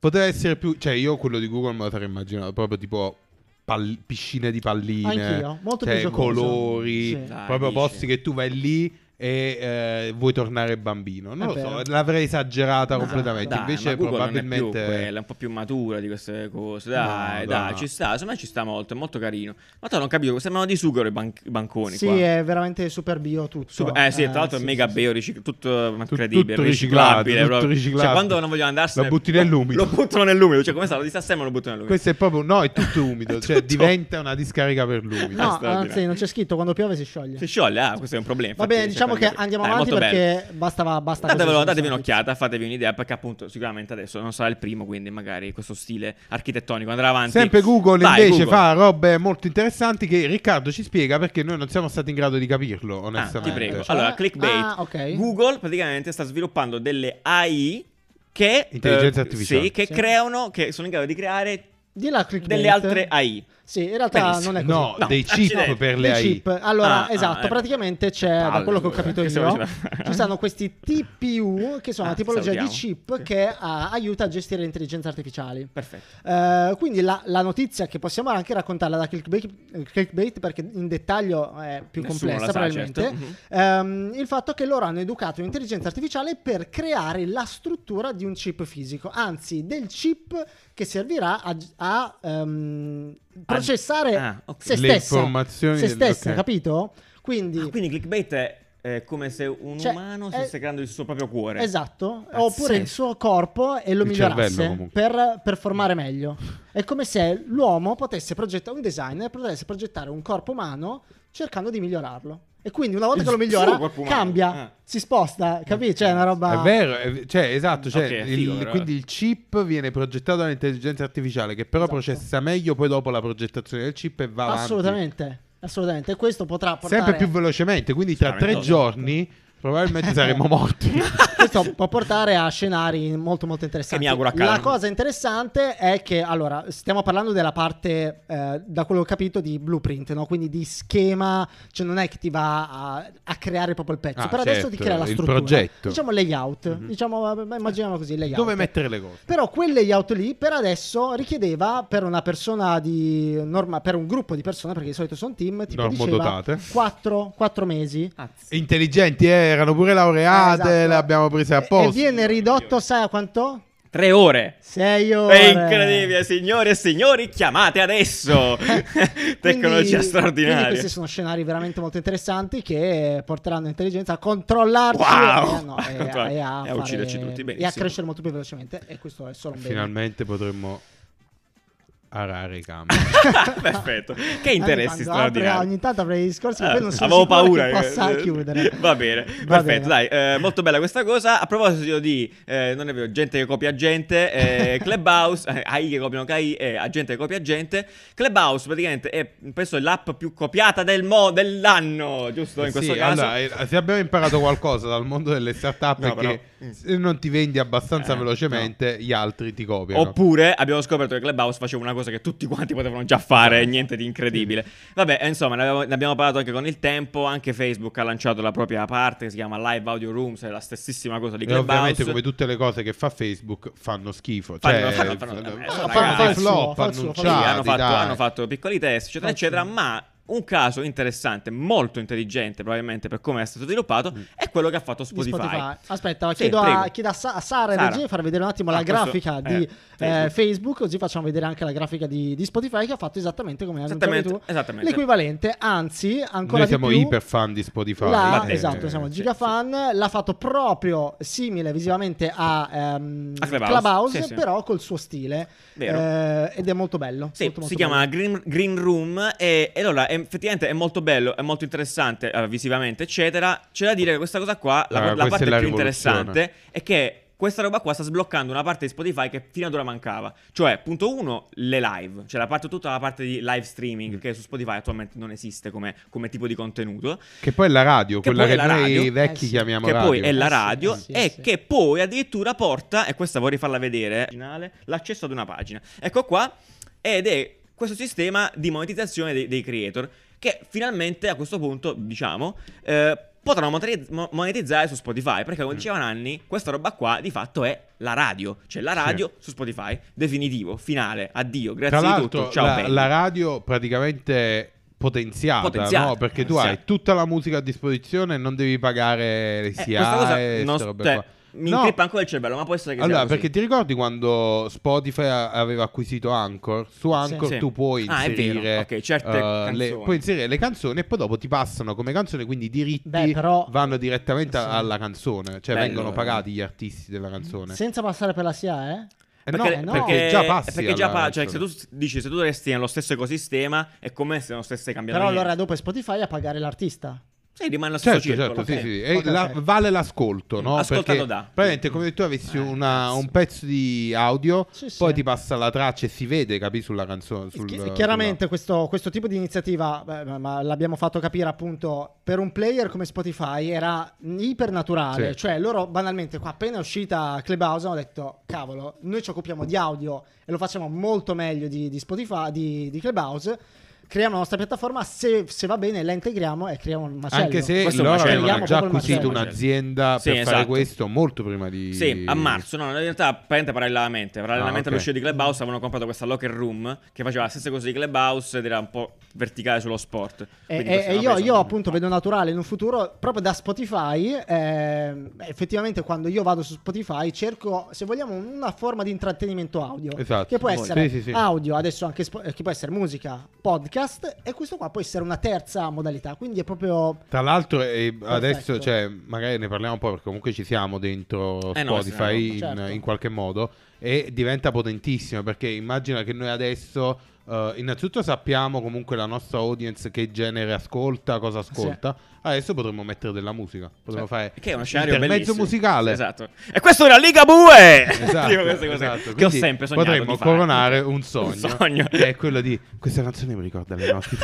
Speaker 3: poteva essere più... Cioè, io quello di Google me lo sarei immaginato proprio tipo... pal- piscine di palline.
Speaker 1: Anch'io, molto
Speaker 3: cioè,
Speaker 1: più giocoso.
Speaker 3: colori.
Speaker 1: Sì.
Speaker 2: Dai,
Speaker 3: proprio
Speaker 2: Ah, dici.
Speaker 3: posti che tu vai lì... E eh, vuoi tornare bambino? Non
Speaker 1: È
Speaker 3: lo so,
Speaker 1: vero.
Speaker 3: l'avrei esagerata
Speaker 1: Esatto.
Speaker 3: completamente.
Speaker 2: Dai, ma
Speaker 3: Invece,
Speaker 2: Google non è più
Speaker 3: probabilmente.
Speaker 2: quella, è un po' più matura di queste cose. Dai, dai,
Speaker 3: No, dai.
Speaker 2: ci sta. Secondo me ci sta molto, è molto carino. Ma tu non capisco, sembrano di sughero i, ban- i banconi.
Speaker 1: Sì,
Speaker 2: qua.
Speaker 1: è veramente super bio tutto.
Speaker 2: Super- eh sì, tra l'altro è
Speaker 1: sì,
Speaker 2: mega
Speaker 1: sì,
Speaker 2: beo, ricic- tutto incredibile,
Speaker 3: tutto riciclato,
Speaker 2: riciclabile.
Speaker 3: tutto
Speaker 2: proprio.
Speaker 3: riciclato.
Speaker 2: Cioè, quando non voglio andarsene,
Speaker 3: Lo butti nell'umido.
Speaker 2: Lo buttano nell'umido, cioè come sta, lo disassemblano lo buttano nell'umido.
Speaker 3: Questo è proprio no, è tutto
Speaker 2: È
Speaker 3: umido, cioè
Speaker 2: tutto-
Speaker 3: diventa una discarica per l'umido.
Speaker 1: No,
Speaker 2: Basta,
Speaker 1: anzi,
Speaker 2: direi.
Speaker 1: non c'è scritto, quando piove si scioglie.
Speaker 2: Si scioglie, ah, questo è un problema.
Speaker 1: Va bene,
Speaker 2: infatti,
Speaker 1: diciamo
Speaker 2: cioè,
Speaker 1: che
Speaker 2: quindi-
Speaker 1: andiamo
Speaker 2: Dai,
Speaker 1: avanti
Speaker 2: molto bello.
Speaker 1: perché basta, basta.
Speaker 2: Datevelo,
Speaker 1: così,
Speaker 2: datevi
Speaker 1: sono
Speaker 2: un'occhiata, fatevi un'idea perché appunto sicuramente adesso non sarà il primo, quindi magari questo stile architettonico andrà avanti.
Speaker 3: Sempre Google
Speaker 2: Vai,
Speaker 3: invece
Speaker 2: Google.
Speaker 3: fa robe molto interessanti che Riccardo ci spiega perché noi non siamo stati in grado di capirlo,
Speaker 2: Ah, ti
Speaker 3: onestamente.
Speaker 2: prego.
Speaker 1: Cioè?
Speaker 2: Allora, clickbait.
Speaker 1: Ah, ok.
Speaker 2: Google praticamente sta sviluppando delle AI che
Speaker 3: Intelligenza
Speaker 2: eh,
Speaker 3: artificiale.
Speaker 2: Sì, che
Speaker 1: Sì.
Speaker 2: creano, che sono in grado di creare
Speaker 1: Di là clickbait.
Speaker 2: delle altre AI.
Speaker 1: Sì, in realtà
Speaker 2: Benissimo.
Speaker 1: non è così.
Speaker 3: No,
Speaker 2: Ecco, No,
Speaker 3: dei chip
Speaker 2: accidenti.
Speaker 3: per
Speaker 1: Dei
Speaker 3: le AI.
Speaker 1: chip. Allora,
Speaker 2: Ah,
Speaker 1: esatto,
Speaker 2: ah, eh.
Speaker 1: praticamente c'è,
Speaker 2: Palle,
Speaker 1: da quello che ho
Speaker 2: allora.
Speaker 1: capito
Speaker 2: Che stiamo
Speaker 1: io,
Speaker 2: dicendo?
Speaker 1: ci sono questi TPU che sono
Speaker 2: Ah,
Speaker 1: una tipologia
Speaker 2: salutiamo.
Speaker 1: di chip che ah, aiuta a gestire le intelligenze artificiali.
Speaker 2: Perfetto.
Speaker 1: Eh, quindi la, la notizia che possiamo anche raccontarla da clickbait, eh, clickbait perché in dettaglio è più
Speaker 2: Nessuno
Speaker 1: complessa
Speaker 2: la sa,
Speaker 1: probabilmente,
Speaker 2: certo. Mhm.
Speaker 1: ehm, il fatto che loro hanno educato un'intelligenza artificiale per creare la struttura di un chip fisico, anzi del chip che servirà a, a, ehm, processare
Speaker 2: ah, ok.
Speaker 1: se
Speaker 3: Le
Speaker 1: stessa,
Speaker 3: informazioni
Speaker 1: se
Speaker 3: del-
Speaker 1: stessa,
Speaker 3: ok.
Speaker 1: capito? Quindi,
Speaker 2: Ah, quindi clickbait è, è come se un
Speaker 1: Cioè,
Speaker 2: umano
Speaker 1: è-
Speaker 2: stesse creando il suo proprio cuore.
Speaker 1: Esatto,
Speaker 2: Pazzesco.
Speaker 1: oppure il suo corpo e lo
Speaker 3: Il cervello,
Speaker 1: migliorasse
Speaker 3: comunque.
Speaker 1: per performare meglio. È come se l'uomo potesse progettare, un designer potesse progettare un corpo umano cercando di migliorarlo. E quindi una volta
Speaker 2: Il
Speaker 1: che lo
Speaker 2: suo
Speaker 1: migliora,
Speaker 2: corpo umano,
Speaker 1: cambia,
Speaker 2: eh.
Speaker 1: si sposta, capisci? Cioè, è una roba...
Speaker 3: È vero, è- cioè, esatto, cioè,
Speaker 2: Ok, è
Speaker 3: il-
Speaker 2: figo, però.
Speaker 3: quindi il chip viene progettato dall'intelligenza artificiale che però
Speaker 1: Esatto.
Speaker 3: processa meglio poi dopo la progettazione del chip e va avanti
Speaker 1: Assolutamente, assolutamente. E questo potrà portare...
Speaker 3: sempre più velocemente, quindi tra tre
Speaker 2: Spaventoso.
Speaker 3: giorni probabilmente saremo morti.
Speaker 1: Questo può portare a scenari molto molto interessanti.
Speaker 2: Che mi auguro accadano.
Speaker 1: La cosa interessante è che, allora, stiamo parlando della parte, eh, da quello che ho capito, di blueprint, no? quindi di schema, cioè non è che ti va a, a creare proprio il pezzo,
Speaker 3: Ah,
Speaker 1: però adesso ti
Speaker 3: certo,
Speaker 1: crea la
Speaker 3: il
Speaker 1: struttura.
Speaker 3: progetto.
Speaker 1: Diciamo layout,
Speaker 2: Mhm.
Speaker 1: diciamo, eh, immaginiamo così, layout.
Speaker 3: Dove mettere le cose?
Speaker 1: Però quel layout lì per adesso richiedeva per una persona di norma, per un gruppo di persone, perché di solito sono team, tipo diceva
Speaker 3: Normodotate.
Speaker 1: 4, mesi.
Speaker 3: Intelligenti, eh, erano pure laureate,
Speaker 1: Eh, esatto.
Speaker 3: Ah, le abbiamo prese
Speaker 1: E,
Speaker 3: apposta.
Speaker 1: e viene ridotto, sai a quanto?
Speaker 2: Tre ore.
Speaker 1: 6 ore.
Speaker 2: È incredibile, signore e signori, chiamate adesso! Tecnologia
Speaker 1: Quindi-
Speaker 2: straordinaria.
Speaker 1: quindi questi sono scenari veramente molto interessanti che porteranno intelligenza a controllarci
Speaker 2: Wow!
Speaker 1: e, a- no, e a-
Speaker 2: Controlla-
Speaker 1: e a
Speaker 2: e a ucciderci
Speaker 1: fare-
Speaker 2: tutti,
Speaker 1: e a
Speaker 2: benissimo.
Speaker 1: crescere molto più velocemente. E questo è solo un bene.
Speaker 3: Finalmente potremmo arare i campi.
Speaker 2: Perfetto. Che
Speaker 1: Anche quando
Speaker 2: interessi
Speaker 1: apre-
Speaker 2: straordinari.
Speaker 1: Ogni tanto avrei discorsi che
Speaker 2: Ah,
Speaker 1: poi non sono
Speaker 2: avevo
Speaker 1: sicuro
Speaker 2: paura
Speaker 1: che
Speaker 2: che- eh,
Speaker 1: possa chiudere.
Speaker 2: Va bene,
Speaker 1: Va
Speaker 2: perfetto,
Speaker 1: bene.
Speaker 2: dai, eh, molto bella questa cosa. A proposito di eh, non è vero, gente che copia gente, eh, Clubhouse, eh, AI che copiano AI e gente che copia gente. Clubhouse praticamente è penso l'app più copiata del mo- dell'anno, giusto in questo
Speaker 3: Sì,
Speaker 2: caso.
Speaker 3: allora, eh, se abbiamo imparato qualcosa dal mondo delle startup
Speaker 2: No,
Speaker 3: è che
Speaker 2: però-
Speaker 3: se non ti vendi abbastanza
Speaker 2: Eh,
Speaker 3: velocemente gli altri ti copiano.
Speaker 2: Oppure abbiamo scoperto che Clubhouse faceva una cosa che tutti quanti potevano già
Speaker 3: Eh.
Speaker 2: fare, niente di incredibile. Vabbè, eh, insomma, ne abbiamo, ne abbiamo parlato anche con il tempo. Anche Facebook ha lanciato la propria parte che si chiama Live Audio Rooms, è la stessissima cosa di
Speaker 3: E ovviamente
Speaker 2: Clubhouse.
Speaker 3: come tutte le cose che fa Facebook fanno schifo.
Speaker 2: Fanno-
Speaker 3: cioè,
Speaker 2: fanno- fanno-
Speaker 3: fanno-
Speaker 2: eh,
Speaker 3: fanno
Speaker 2: ragazzi.
Speaker 1: Fa il suo, fa il
Speaker 3: dei flop
Speaker 1: suo, fa il
Speaker 2: Sì,
Speaker 1: suo.
Speaker 3: annunciati,
Speaker 2: hanno, fatto,
Speaker 3: dai.
Speaker 2: hanno fatto piccoli test, eccetera,
Speaker 1: Forse.
Speaker 2: eccetera. Ma un caso interessante, molto intelligente, probabilmente per come è stato sviluppato, è quello che ha fatto
Speaker 1: Mm. Di
Speaker 2: Spotify.
Speaker 1: Aspetta,
Speaker 2: Sì,
Speaker 1: chiedo, a,
Speaker 2: prego.
Speaker 1: chiedo a Sa- a Sara e
Speaker 2: Sara.
Speaker 1: regia di far vedere un attimo
Speaker 2: Ah,
Speaker 1: la
Speaker 2: questo-
Speaker 1: grafica
Speaker 2: eh,
Speaker 1: di eh, Facebook.
Speaker 2: Facebook.
Speaker 1: così facciamo vedere anche la grafica di, di Spotify che ha fatto esattamente come hai annunciato
Speaker 2: Esattamente,
Speaker 1: tu.
Speaker 2: esattamente.
Speaker 1: L'equivalente, anzi, ancora
Speaker 3: Noi
Speaker 1: di
Speaker 3: siamo
Speaker 1: più.
Speaker 3: iper fan di Spotify.
Speaker 1: l'ha-
Speaker 2: La-
Speaker 3: eh,
Speaker 1: esatto, siamo
Speaker 2: sì,
Speaker 1: gigafan. L'ha fatto proprio simile visivamente a, ehm,
Speaker 2: A Clubhouse, sì, sì.
Speaker 1: però col suo stile.
Speaker 2: Vero.
Speaker 1: eh, ed è molto bello.
Speaker 2: Sì,
Speaker 1: molto, molto
Speaker 2: si chiama
Speaker 1: bello.
Speaker 2: Green, Green Room e, e allora è- effettivamente è molto bello, è molto interessante eh, visivamente, eccetera. C'è da dire che questa cosa qua, la,
Speaker 3: Ah,
Speaker 2: la
Speaker 3: questa è
Speaker 2: parte
Speaker 3: la
Speaker 2: più
Speaker 3: rivoluzione.
Speaker 2: interessante è che questa roba qua sta sbloccando una parte di Spotify che fino ad ora mancava. Cioè, punto uno, le live, cioè la parte, tutta la parte di live
Speaker 3: Mm.
Speaker 2: streaming che su Spotify attualmente non esiste come- come tipo di contenuto.
Speaker 3: Che poi è la radio,
Speaker 2: Che
Speaker 3: quella
Speaker 2: poi
Speaker 3: che
Speaker 2: è la
Speaker 3: noi
Speaker 2: radio.
Speaker 1: Eh
Speaker 3: vecchi
Speaker 1: sì.
Speaker 3: chiamiamo
Speaker 2: che
Speaker 3: radio.
Speaker 2: poi è la
Speaker 1: Eh sì,
Speaker 2: radio
Speaker 1: eh sì, eh
Speaker 2: e
Speaker 1: sì.
Speaker 2: che poi addirittura porta, e questa vorrei farla vedere, originale, l'accesso ad una pagina. Ecco qua, ed è questo sistema di monetizzazione dei, dei creator che finalmente a questo punto, diciamo, eh, potranno monetizz- mo- monetizzare su Spotify, perché
Speaker 3: Mm.
Speaker 2: come diceva Nanni, questa roba qua di fatto è la radio, cioè la
Speaker 3: Sì.
Speaker 2: radio su Spotify, definitivo, finale, addio,
Speaker 3: Tra
Speaker 2: grazie di
Speaker 3: l'altro,
Speaker 2: tutto, ciao Eh,
Speaker 3: la,
Speaker 2: belli.
Speaker 3: la radio praticamente potenziata,
Speaker 2: Potenziata,
Speaker 3: no? perché tu
Speaker 2: potenziata.
Speaker 3: hai tutta la musica a disposizione e non devi pagare le
Speaker 2: Eh,
Speaker 3: SIA
Speaker 2: questa cosa
Speaker 3: e
Speaker 2: non-
Speaker 3: ste robe
Speaker 2: cioè,
Speaker 3: qua.
Speaker 2: mi
Speaker 3: No.
Speaker 2: incrippa ancora il cervello, ma può essere che sia
Speaker 3: Allora,
Speaker 2: così.
Speaker 3: perché ti ricordi quando Spotify a- aveva acquisito Anchor? Su Anchor
Speaker 2: Sì.
Speaker 3: tu puoi
Speaker 2: Ah, è vero.
Speaker 3: inserire,
Speaker 2: Ok, certe
Speaker 3: eh, le,
Speaker 2: canzoni.
Speaker 3: puoi inserire le canzoni e poi dopo ti passano come canzone, quindi i diritti
Speaker 1: Beh, però-
Speaker 3: vanno direttamente
Speaker 1: Sì.
Speaker 3: alla canzone, cioè
Speaker 2: Bello,
Speaker 3: vengono
Speaker 2: però.
Speaker 3: pagati gli artisti della canzone.
Speaker 1: Senza passare per la SIA, eh?
Speaker 3: Eh
Speaker 2: Perché,
Speaker 1: no,
Speaker 2: perché-
Speaker 3: perché già passi
Speaker 2: perché già
Speaker 3: alla
Speaker 2: pa- cioè, se tu
Speaker 3: canzone.
Speaker 2: s- dici se tu resti nello stesso ecosistema è come se non stesse cambiando
Speaker 1: Però
Speaker 2: niente.
Speaker 1: allora dopo è Spotify a pagare l'artista.
Speaker 2: sì, rimane lo stesso
Speaker 3: Certo,
Speaker 2: circolo
Speaker 3: certo, sì,
Speaker 2: ok.
Speaker 3: sì. E
Speaker 1: Ok,
Speaker 3: la-
Speaker 1: ok.
Speaker 3: vale l'ascolto, no?
Speaker 2: Ascoltato
Speaker 3: Perché
Speaker 2: da.
Speaker 3: Praticamente come se tu avessi
Speaker 2: Eh,
Speaker 3: una-
Speaker 2: cazzo.
Speaker 3: un pezzo di audio,
Speaker 1: Sì, sì.
Speaker 3: poi ti passa la traccia e si vede, capi, sulla canzone. sul-
Speaker 1: Chi-
Speaker 3: sulla-
Speaker 1: chiaramente questo, questo tipo di iniziativa, beh, ma- ma l'abbiamo fatto capire appunto, per un player come Spotify era ipernaturale,
Speaker 3: Sì.
Speaker 1: cioè loro banalmente qua appena è uscita Clubhouse hanno detto cavolo, noi ci occupiamo di audio e lo facciamo molto meglio di, di Spotify, di, di Clubhouse, creiamo la nostra piattaforma, se, se va bene la integriamo e creiamo un macello.
Speaker 3: Anche se
Speaker 2: Questo è un
Speaker 3: loro
Speaker 2: macello.
Speaker 3: avevano
Speaker 1: Vediamo
Speaker 3: già
Speaker 1: proprio il
Speaker 3: acquisito
Speaker 2: macello.
Speaker 3: un'azienda
Speaker 2: Sì,
Speaker 3: per fare
Speaker 2: esatto.
Speaker 3: questo molto prima di...
Speaker 2: Sì, a marzo, no, in realtà praticamente parallelamente, parallelamente
Speaker 3: Ah, ok.
Speaker 2: all'uscita di Clubhouse avevano comprato questa locker room che faceva la stessa cosa di Clubhouse ed era un po' verticale sullo sport.
Speaker 1: E,
Speaker 2: Quindi
Speaker 1: e-
Speaker 2: questa è
Speaker 1: e
Speaker 2: una
Speaker 1: Eh, io,
Speaker 2: presa-
Speaker 1: io appunto vedo naturale in un futuro proprio da Spotify. ehm, effettivamente, quando io vado su Spotify, cerco se vogliamo una forma di intrattenimento audio.
Speaker 3: Esatto.
Speaker 1: Che può
Speaker 3: Sì,
Speaker 1: essere
Speaker 3: sì, sì.
Speaker 1: audio, adesso anche spo- eh, che può essere musica, podcast. E questo qua può essere una terza modalità. Quindi è proprio.
Speaker 3: Tra l'altro, eh, adesso, cioè, magari ne parliamo un po' perché comunque ci siamo dentro
Speaker 2: Eh no,
Speaker 3: Spotify
Speaker 1: sì, no,
Speaker 3: in,
Speaker 1: certo.
Speaker 3: in qualche modo e diventa potentissimo perché immagina che noi adesso eh, innanzitutto sappiamo comunque la nostra audience che genere ascolta, cosa ascolta. Adesso potremmo mettere della musica. Potremmo fare
Speaker 2: Eh, Che è uno scenario
Speaker 3: intermezzo
Speaker 2: bellissimo.
Speaker 3: musicale.
Speaker 2: Esatto. E questo era Liga Bue!
Speaker 3: Esatto,
Speaker 2: Dico queste cose
Speaker 3: esatto.
Speaker 2: Che ho
Speaker 3: Quindi
Speaker 2: sempre sognato
Speaker 3: Potremmo
Speaker 2: di fare.
Speaker 3: coronare un sogno, Eh,
Speaker 2: sogno.
Speaker 3: Che è quello di questa canzone mi ricorda le notti.